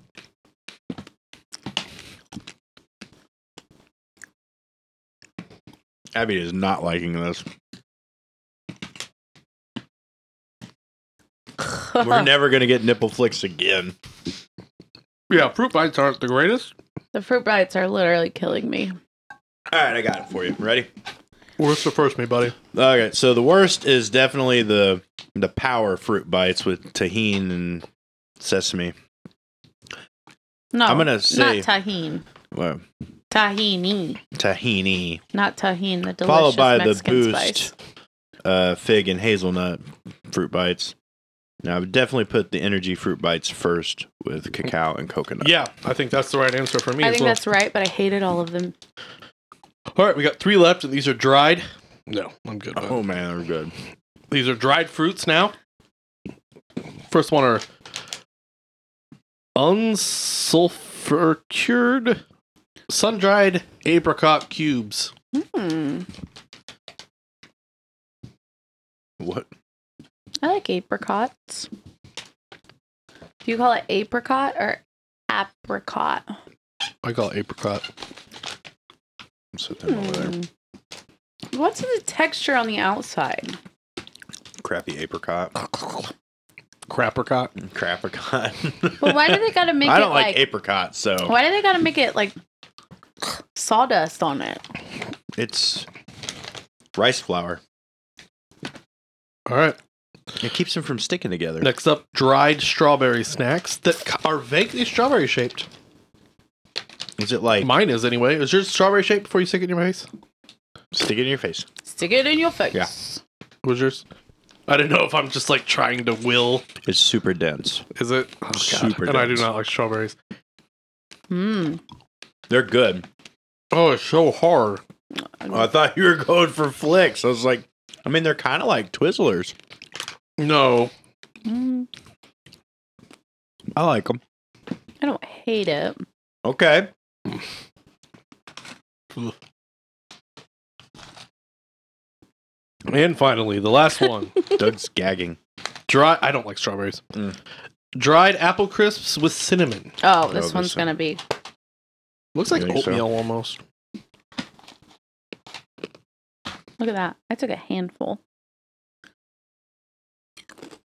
A: Abby is not liking this. We're never gonna get nipple flicks again.
C: Yeah, fruit bites aren't the greatest.
B: the fruit bites are literally killing me.
A: All right, I got it for you. Ready?
C: Where's the first, me buddy?
A: Okay, so the worst is definitely the the power fruit bites with tahine and sesame.
B: No,
A: I'm gonna say-
B: not tahine,
A: Well,
B: tahini,
A: tahini,
B: not tahine. The delicious
A: followed by
B: Mexican
A: the boost
B: spice.
A: uh, fig and hazelnut fruit bites. Now, I would definitely put the energy fruit bites first with cacao and coconut.
C: Yeah, I think that's the right answer for me
B: I
C: as
B: think
C: well.
B: that's right, but I hated all of them.
C: All right, we got three left, and these are dried. No, I'm good. with it.
A: Oh man, they're good.
C: These are dried fruits now. First one are unsulfured sun dried apricot cubes.
B: Hmm.
A: What?
B: I like apricots. Do you call it apricot or apricot?
C: I call it apricot.
A: Sit them over there.
B: Hmm. What's the texture on the outside?
A: Crappy apricot.
C: Crapricot.
A: Crapicot.
B: But why do they gotta make
A: I
B: it
A: don't like,
B: like,
A: apricot, so
B: why do they gotta make it like sawdust on it?
A: it's rice flour.
C: All right.
A: It keeps them from sticking together.
C: Next up, dried strawberry snacks that c- are vaguely strawberry shaped.
A: Is it like
C: Mine is anyway. Is yours strawberry shaped before you stick it in your face?
A: stick it in your face?
B: Stick it in your face.
A: Yeah.
C: Was yours? I don't know if I'm just like trying to will.
A: It's super dense.
C: Is it? Oh,
A: Super
C: And I do
A: dense.
C: not like strawberries.
B: Mm.
A: They're good.
C: Oh, it's so hard.
A: I thought you were going for flicks. I was like, I mean, they're kind of like Twizzlers.
C: No.
B: Mm.
A: I like them.
B: I don't hate it.
A: Okay.
C: And finally, the last one.
A: Doug's gagging.
C: Dry. I don't like strawberries.
A: Mm.
C: Dried apple crisps with cinnamon.
B: Oh, this
A: this
B: one's
A: one.
B: gonna be
C: Looks like
A: You think so?
C: oatmeal almost.
B: look at that. I took a handful.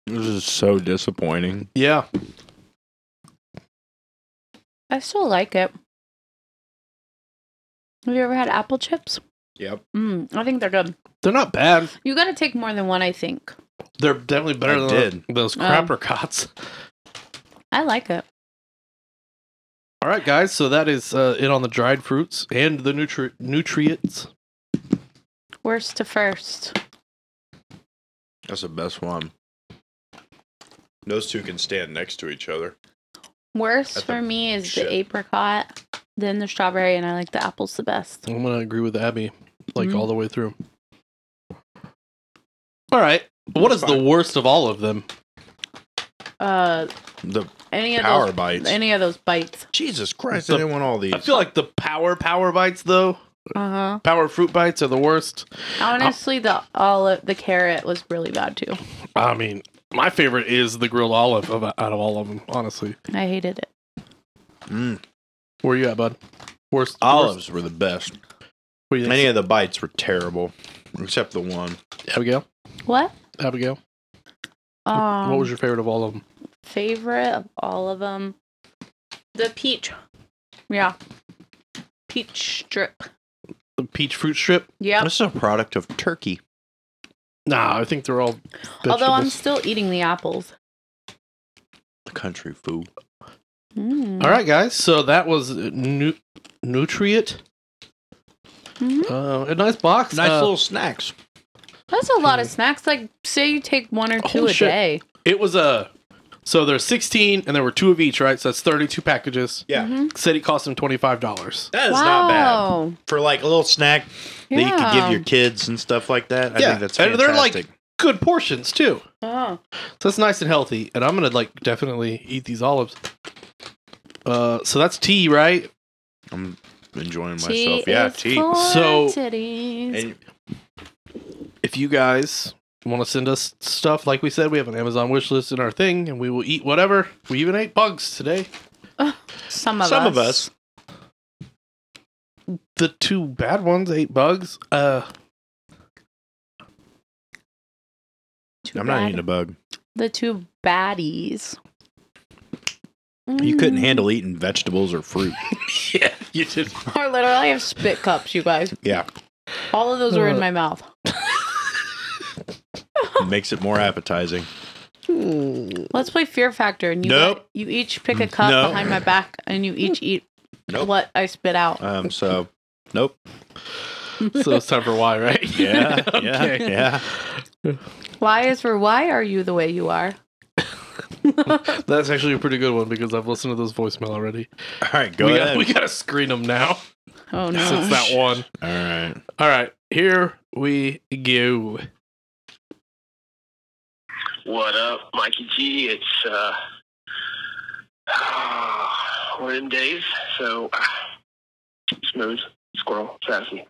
A: This is so disappointing.
C: Yeah.
B: I still like it. Have you ever had apple chips?
A: Yep.
B: Mm, I think they're good.
C: They're not bad.
B: You gotta take more than one, I think.
C: They're definitely better
A: I
C: than
A: did. Oh.
C: those
B: Um.
C: crapricots.
B: I like it.
C: All right, guys. So that is uh, it on the dried fruits and the nutri- nutrients.
B: Worst to first.
A: That's the best one. Those two can stand next to each other.
B: Worst
A: That's
B: for
A: a
B: me is
A: shit.
B: the apricot, then the strawberry, and I like the apples the best.
C: I'm gonna agree with Abby, like
B: Mhm.
C: all the way through. All right. What is
A: That's
C: the worst of all of them?
B: Uh,
A: The
B: any of
A: power
B: those,
A: bites.
B: any of those bites.
A: Jesus Christ,
C: The-
A: I didn't want all these.
C: I feel like the power power bites though.
B: Uh huh.
C: Power fruit bites are the worst.
B: Honestly, the olive, the carrot was really bad too.
C: I mean, my favorite is the grilled olive of, out of all of them. Honestly,
B: I hated it.
A: Mm.
C: where you at, bud? Worst Worst,
A: Olives were the best.
C: what do you think?
A: Many of the bites were terrible, except the one.
C: Abigail.
B: What?
C: Abigail.
B: Um,
C: what was your favorite of all of them?
B: favorite of all of them? The peach. Yeah. Peach strip.
C: The peach fruit strip.
B: Yep.
A: This is a product of Turkey.
C: Nah, I think they're all. Vegetables.
B: Although I'm still eating the apples.
A: Country food.
B: Mm.
C: All right, guys. So that was nu- nutrient.
B: Mhm.
C: Uh, a nice box.
A: Nice
C: Uh,
A: little snacks.
B: That's a lot of snacks. Like, say you take one or two
C: Mm. Holy
B: a
C: shit.
B: day.
C: It was a. So there's 16, and there were two of each, right? So that's 32 packages.
A: Yeah.
B: Mhm.
C: Said it cost them 25 dollars.
A: That is
B: wow.
A: not bad. For like a little snack that you can
B: Yeah.
A: give your kids and stuff like that. I think that's
C: and
A: fantastic.
C: they're like good portions too.
B: Oh.
C: So that's nice and healthy. And I'm gonna like definitely eat these olives. Uh, so that's tea, right?
A: I'm enjoying myself.
B: Tea
A: yeah,
B: is
A: tea.
B: for
C: So-
B: titties.
A: And
C: If you guys want to send us stuff, like we said, we have an Amazon wish list in our thing, and we will eat whatever. We even ate bugs today.
B: some of
A: some
B: us.
A: of us,
C: The two bad ones ate bugs. Uh,
B: Too
A: I'm not
B: bad.
A: eating a bug.
B: the two baddies.
A: You couldn't
B: Mm.
A: handle eating vegetables or fruit.
C: yeah, you did.
B: I literally have spit cups, you guys.
A: yeah.
B: All of those were
C: Uh.
B: in my mouth.
A: It makes it more appetizing.
B: Let's play Fear Factor, and you
A: Nope.
B: you each pick a cup
A: No.
B: behind my back, and you each eat
A: Nope.
B: what I spit out.
C: Uh.
A: Um, so, nope.
C: So it's time for why, right?
A: Yeah.
C: Okay.
A: Yeah.
B: Why is for why are you the way you are?
C: That's actually a pretty good one because I've listened to those voicemail already.
A: All right, go
C: we,
A: ahead.
C: Got, we gotta screen them now
B: Oh
C: since
B: no.
C: that one.
A: All right.
C: All right, here we go.
F: What up, Mikey G? It's uh, one of them days. So ah, smooth, squirrel, sassy.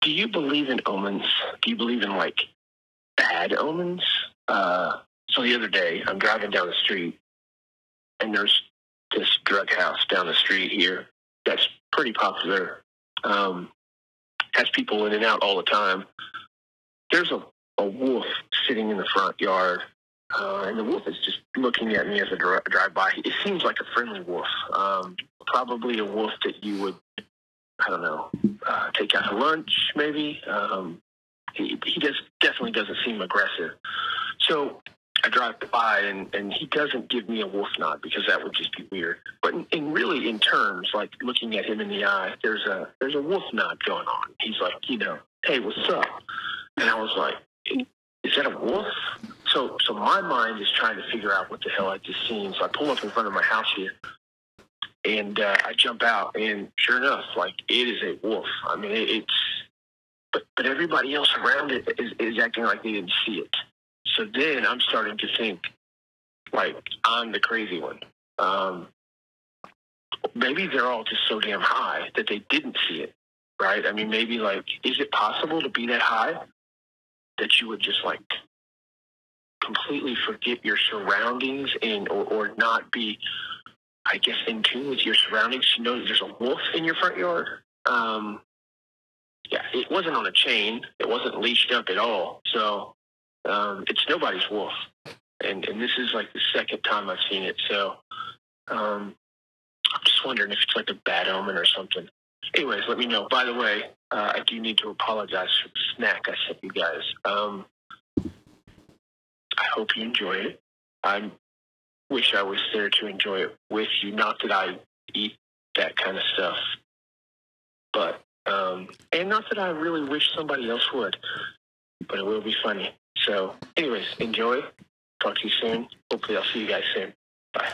F: Do you believe in omens? Do you believe in like bad omens? Uh, so the other day, I'm driving down the street, and there's this drug house down the street here that's pretty popular. Um, has people in and out all the time. There's a a wolf sitting in the front yard, uh, and the wolf is just looking at me as I dri- drive by. It seems like a friendly wolf, um, probably a wolf that you would, I don't know, uh, take out to lunch maybe. Um, he he just definitely doesn't seem aggressive. So I drive by, and, and he doesn't give me a wolf nod because that would just be weird. But in, in really, in terms like looking at him in the eye, there's a there's a wolf nod going on. He's like, you know, hey, what's up? And I was like is that a wolf? So, so my mind is trying to figure out what the hell I just seen. So I pull up in front of my house here, and uh, I jump out, and sure enough, like it is a wolf. I mean, it, it's, but but everybody else around it is, is acting like they didn't see it. So then I'm starting to think, like I'm the crazy one. Um, maybe they're all just so damn high that they didn't see it, right? I mean, maybe like, is it possible to be that high? that you would just like completely forget your surroundings and or, or not be i guess in tune with your surroundings to know that there's a wolf in your front yard um yeah it wasn't on a chain it wasn't leashed up at all so um it's nobody's wolf and and this is like the second time i've seen it so um i'm just wondering if it's like a bad omen or something anyways, let me know. By the way, uh, I do need to apologize for the snack I sent you guys. Um, I hope you enjoy it. I wish I was there to enjoy it with you. Not that I eat that kind of stuff, but um, and not that I really wish somebody else would, but it will be funny. So, anyways, enjoy. Talk to you soon. Hopefully, I'll see you guys soon. Bye.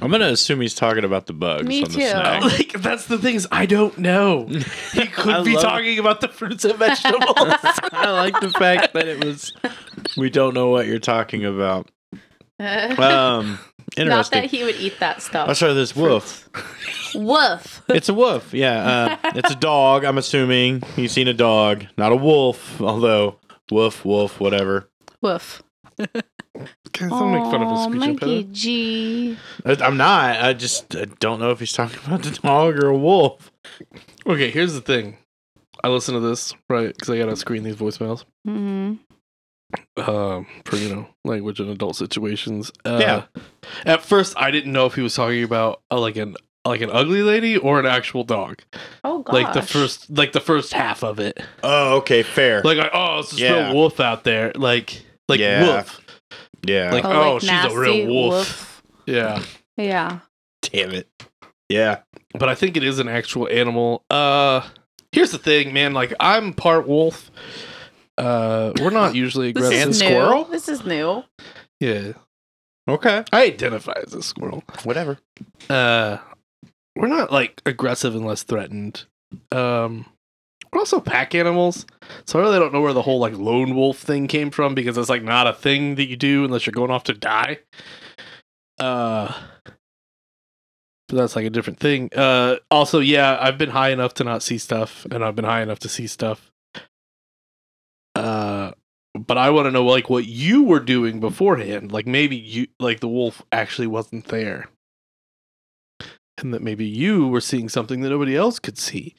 A: I'm gonna assume he's talking about the bugs
B: Me
A: on the
B: too.
A: snack.
C: Like that's the thing is I don't know. He could
A: I
C: be
A: love-
C: talking about the fruits and vegetables.
A: I like the fact that it was. We don't know what you're talking about. Um,
B: Not that
A: interesting.
B: he would eat that
A: Oh,
B: stuff.
A: sorry, this wolf.
B: Woof.
A: It's a wolf. Yeah, uh, it's a dog. I'm assuming you've seen a dog, not a wolf. Although wolf, wolf, whatever.
B: Woof.
C: Guys, don't make fun of
B: Aw,
C: a speech
B: Mikey
C: impediment.
B: G.
A: I- Uh, I'm not. I just I don't know if he's talking about the dog or a wolf.
C: Okay, here's the thing. I listen to this right because I gotta screen these voicemails
B: Mhm.
C: um, for you know language in adult situations. Uh,
A: Yeah.
C: At first, I didn't know if he was talking about uh, like an like an ugly lady or an actual dog.
B: Oh gosh.
C: Like the first like the first half of it.
A: Oh, okay, fair.
C: Like I- oh, it's just
A: Yeah.
C: real wolf out there. Like like
A: Yeah.
C: wolf.
A: yeah.
C: Like oh, she's a real
B: nasty
C: wolf. Yeah.
B: Yeah.
A: damn it. Yeah.
C: but I think it is an actual animal. Uh here's the thing, man, like I'm part wolf. Uh we're not usually
B: This
C: aggressive.
B: is new.
A: squirrel?
B: This is new.
C: Yeah.
A: Okay.
C: I identify as a squirrel.
A: Whatever.
C: Uh we're not like aggressive unless threatened. Um we're also pack animals. So I really don't know where the whole like lone wolf thing came from because it's like not a thing that you do unless you're going off to die. Uh but that's like a different thing. Uh also yeah, I've been high enough to not see stuff and I've been high enough to see stuff. Uh but I want to know like what you were doing beforehand. Like maybe you like the wolf actually wasn't there. And that maybe you were seeing something that nobody else could see.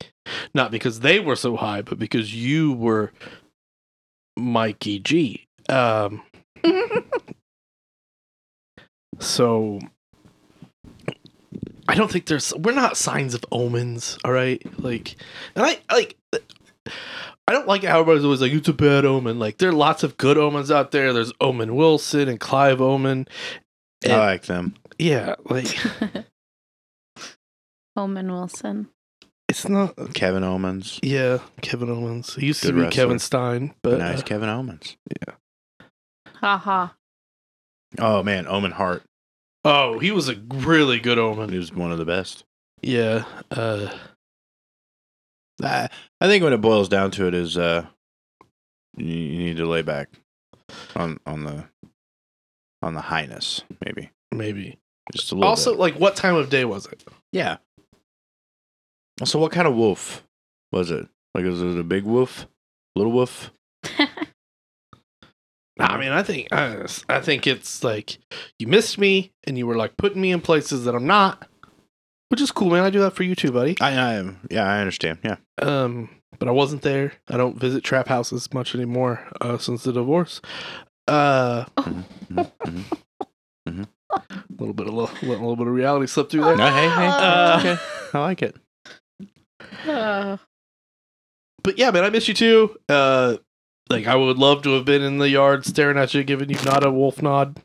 C: Not because they were so high, but because you were Mikey G. Um So I don't think there's we're not signs of omens, all right? Like and I like I don't like how everybody's always like it's a bad omen. Like there are lots of good omens out there. There's Omen Wilson and Clive Omen.
A: I
C: And-
A: like them.
C: Yeah, like
B: Holman Wilson.
C: it's not
A: Kevin Omens.
C: yeah, Kevin Owens. He used to
A: Good
C: be
A: wrestler.
C: uh, Kevin Stein, but
A: nice
C: uh,
A: Kevin Omens.
B: Haha.
A: Oh man, Omen Hart.
C: Oh, he was a really good
A: He
C: omen.
A: was one of the best.
C: Yeah. Uh,
A: I, I think when it boils down to it is uh you, you need to lay back on on the on the highness, maybe.
C: maybe.
A: Just a little
C: Also,
A: bit.
C: like, what time of day was it?
A: Yeah. Also what kind of wolf was it? Like was it a big wolf? Little wolf?
C: I mean, I think I, I think it's like you missed me, and you were like putting me in places that I'm not, which is cool, man. I do that for you too, buddy.
A: I I am yeah, I understand. Yeah.
C: Um, but I wasn't there. I don't visit trap houses much anymore uh, since the divorce. Uh,
A: Mhm, mhm, mhm.
C: a little bit of lo- a little bit of reality slipped through there.
A: Mm-hmm. No, hey, hey. okay.
B: Oh.
C: Uh,
A: I like it.
B: Uh,
C: but yeah, man, I miss you too. Uh, like I would love to have been in the yard staring at you, giving you not a wolf nod.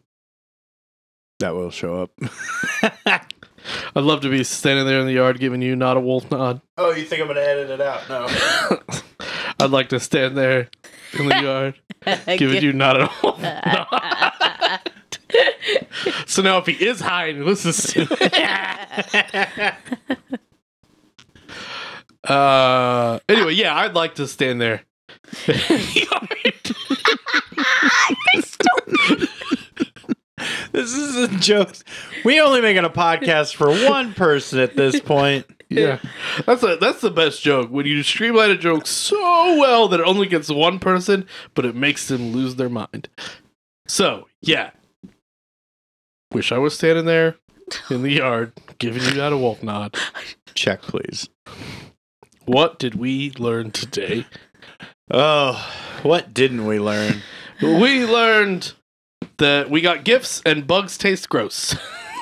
A: That will show up.
C: I'd love to be standing there in the yard giving you not a wolf nod.
A: Oh, you think I'm gonna edit it out? No.
C: I'd like to stand there in the yard giving you not a wolf nod. so now if he is high and he listens to it. uh, anyway, yeah, I'd like to stand there.
A: This is a joke. We only making a podcast for one person at this point.
C: Yeah, that's a, that's the best joke when you streamline a joke so well that it only gets one person, but it makes them lose their mind. So yeah, wish I was standing there in the yard giving you that a wolf nod.
A: Check, please.
C: What did we learn today?
A: Oh, what didn't we learn?
C: We learned that we got gifts and bugs taste gross.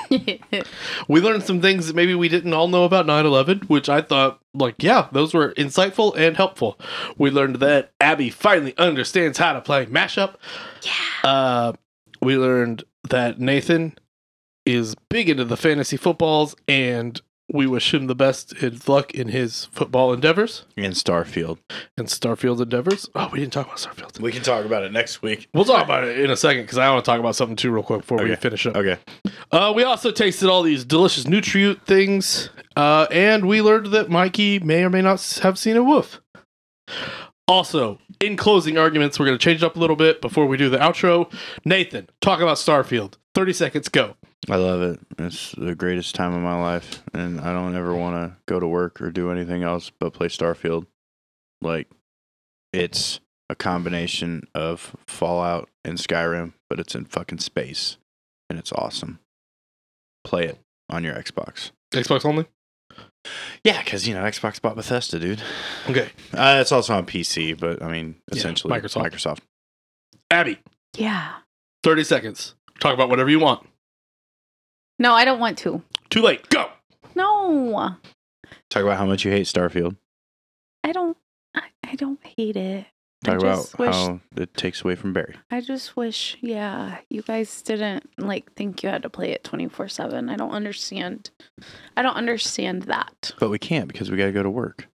C: We learned some things that maybe we didn't all know about 9 11, which I thought, like, yeah, those were insightful and helpful. We learned that Abby finally understands how to play mashup. Yeah. Uh, we learned that Nathan is big into the fantasy footballs, and we wish him the best of luck in his football endeavors
A: And Starfield.
C: and Starfield endeavors. Oh, we didn't talk about Starfield.
A: We can talk about it next week.
C: We'll talk about it in a second because I want to talk about something too, real quick, before we
A: Okay.
C: finish up.
A: Okay.
C: Uh, we also tasted all these delicious nutrient things, uh, and we learned that Mikey may or may not s- have seen a wolf. Also, in closing arguments, we're going to change it up a little bit before we do the outro. Nathan, talk about Starfield. 30 seconds, go.
A: I love it. It's the greatest time of my life, and I don't ever want to go to work or do anything else but play Starfield. Like, it's a combination of Fallout and Skyrim, but it's in fucking space, and it's awesome. Play it on your Xbox.
C: Xbox only?
A: Yeah, because you know Xbox bought Bethesda, dude.
C: Okay.
A: Uh, it's also on PC, but I mean,
C: Yeah,
A: essentially
C: Microsoft.
A: Microsoft.
C: Abby,
B: yeah.
C: 30 seconds. Talk about whatever you want.
B: No, I don't want to.
C: Too late, go.
B: No,
A: Talk about how much you hate Starfield.
B: I don't. I, I don't hate it. I
A: Talk about
B: just wish.
A: how it takes away from Barry.
B: I just wish. Yeah, you guys didn't like think you had to play it twenty four seven. I don't understand. I don't understand that.
A: But we can't because we got to go to work.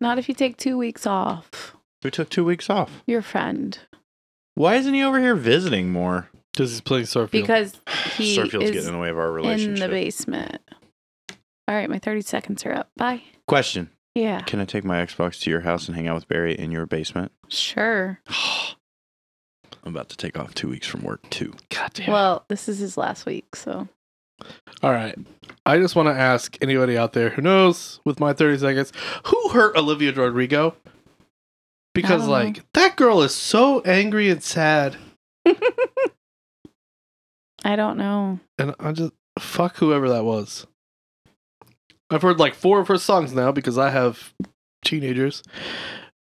B: Not if you take two weeks off.
A: We took two weeks off.
B: Your friend,
A: Why isn't he over here visiting more?
C: Because he's playing Starfield.
B: because he
A: Starfield's
B: is
A: getting in the way of our
B: in the
A: relationship.
B: basement. All right, my thirty seconds are up. Bye.
A: Question
B: Yeah,
A: Can I take my Xbox to your house and hang out with Barry in your basement?
B: sure.
A: I'm about to take off two weeks from work, too.
C: God damn.
B: Well, this is his last week, so
C: All right. I just want to ask anybody out there who knows with my 30 seconds who hurt Olivia Rodrigo? Because,
B: I don't
C: like, that girl is so angry and sad.
B: I don't know.
C: And I just, fuck whoever that was. I've heard like four of her songs now because I have teenagers.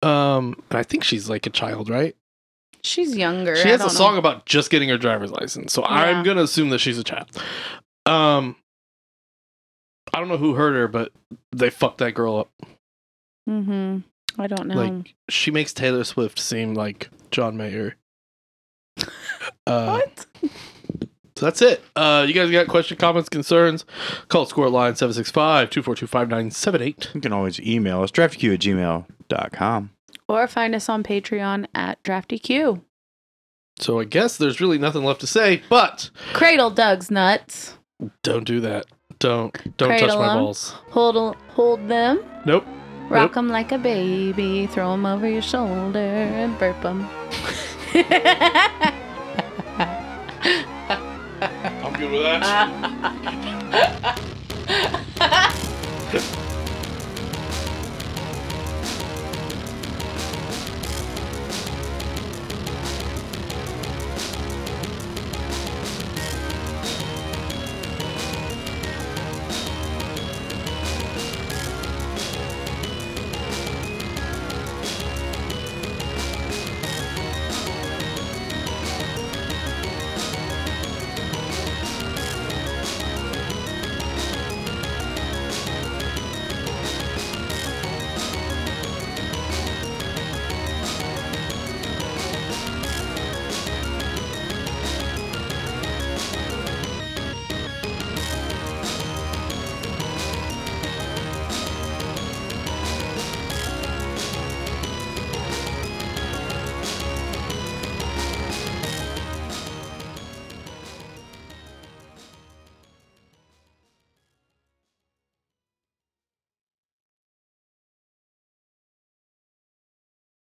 C: Um, and I think she's like a child, right?
B: She's younger.
C: She
B: I
C: has a
B: don't
C: song
B: know.
C: about just getting her driver's license, so
B: Yeah.
C: I'm gonna assume that she's a child. Um, I don't know who hurt her, but they fucked that girl up.
B: Mm-hmm. I don't know.
C: Like she makes Taylor Swift seem like John Mayer. Uh,
B: what?
C: so that's it. Uh, you guys got question, comments, concerns? Call score line 765-242-5978.
A: You can always email us, draftq at gmail.com.
B: Or find us on Patreon at DraftyQ.
C: So I guess there's really nothing left to say, but
B: Cradle Doug's nuts.
C: don't do that. Don't don't touch
B: Cradle
C: my
B: 'em.
C: balls.
B: Hold hold them.
C: Nope.
B: Rock 'em like a baby. Throw 'em over your shoulder and burp 'em.
C: I'm good with that.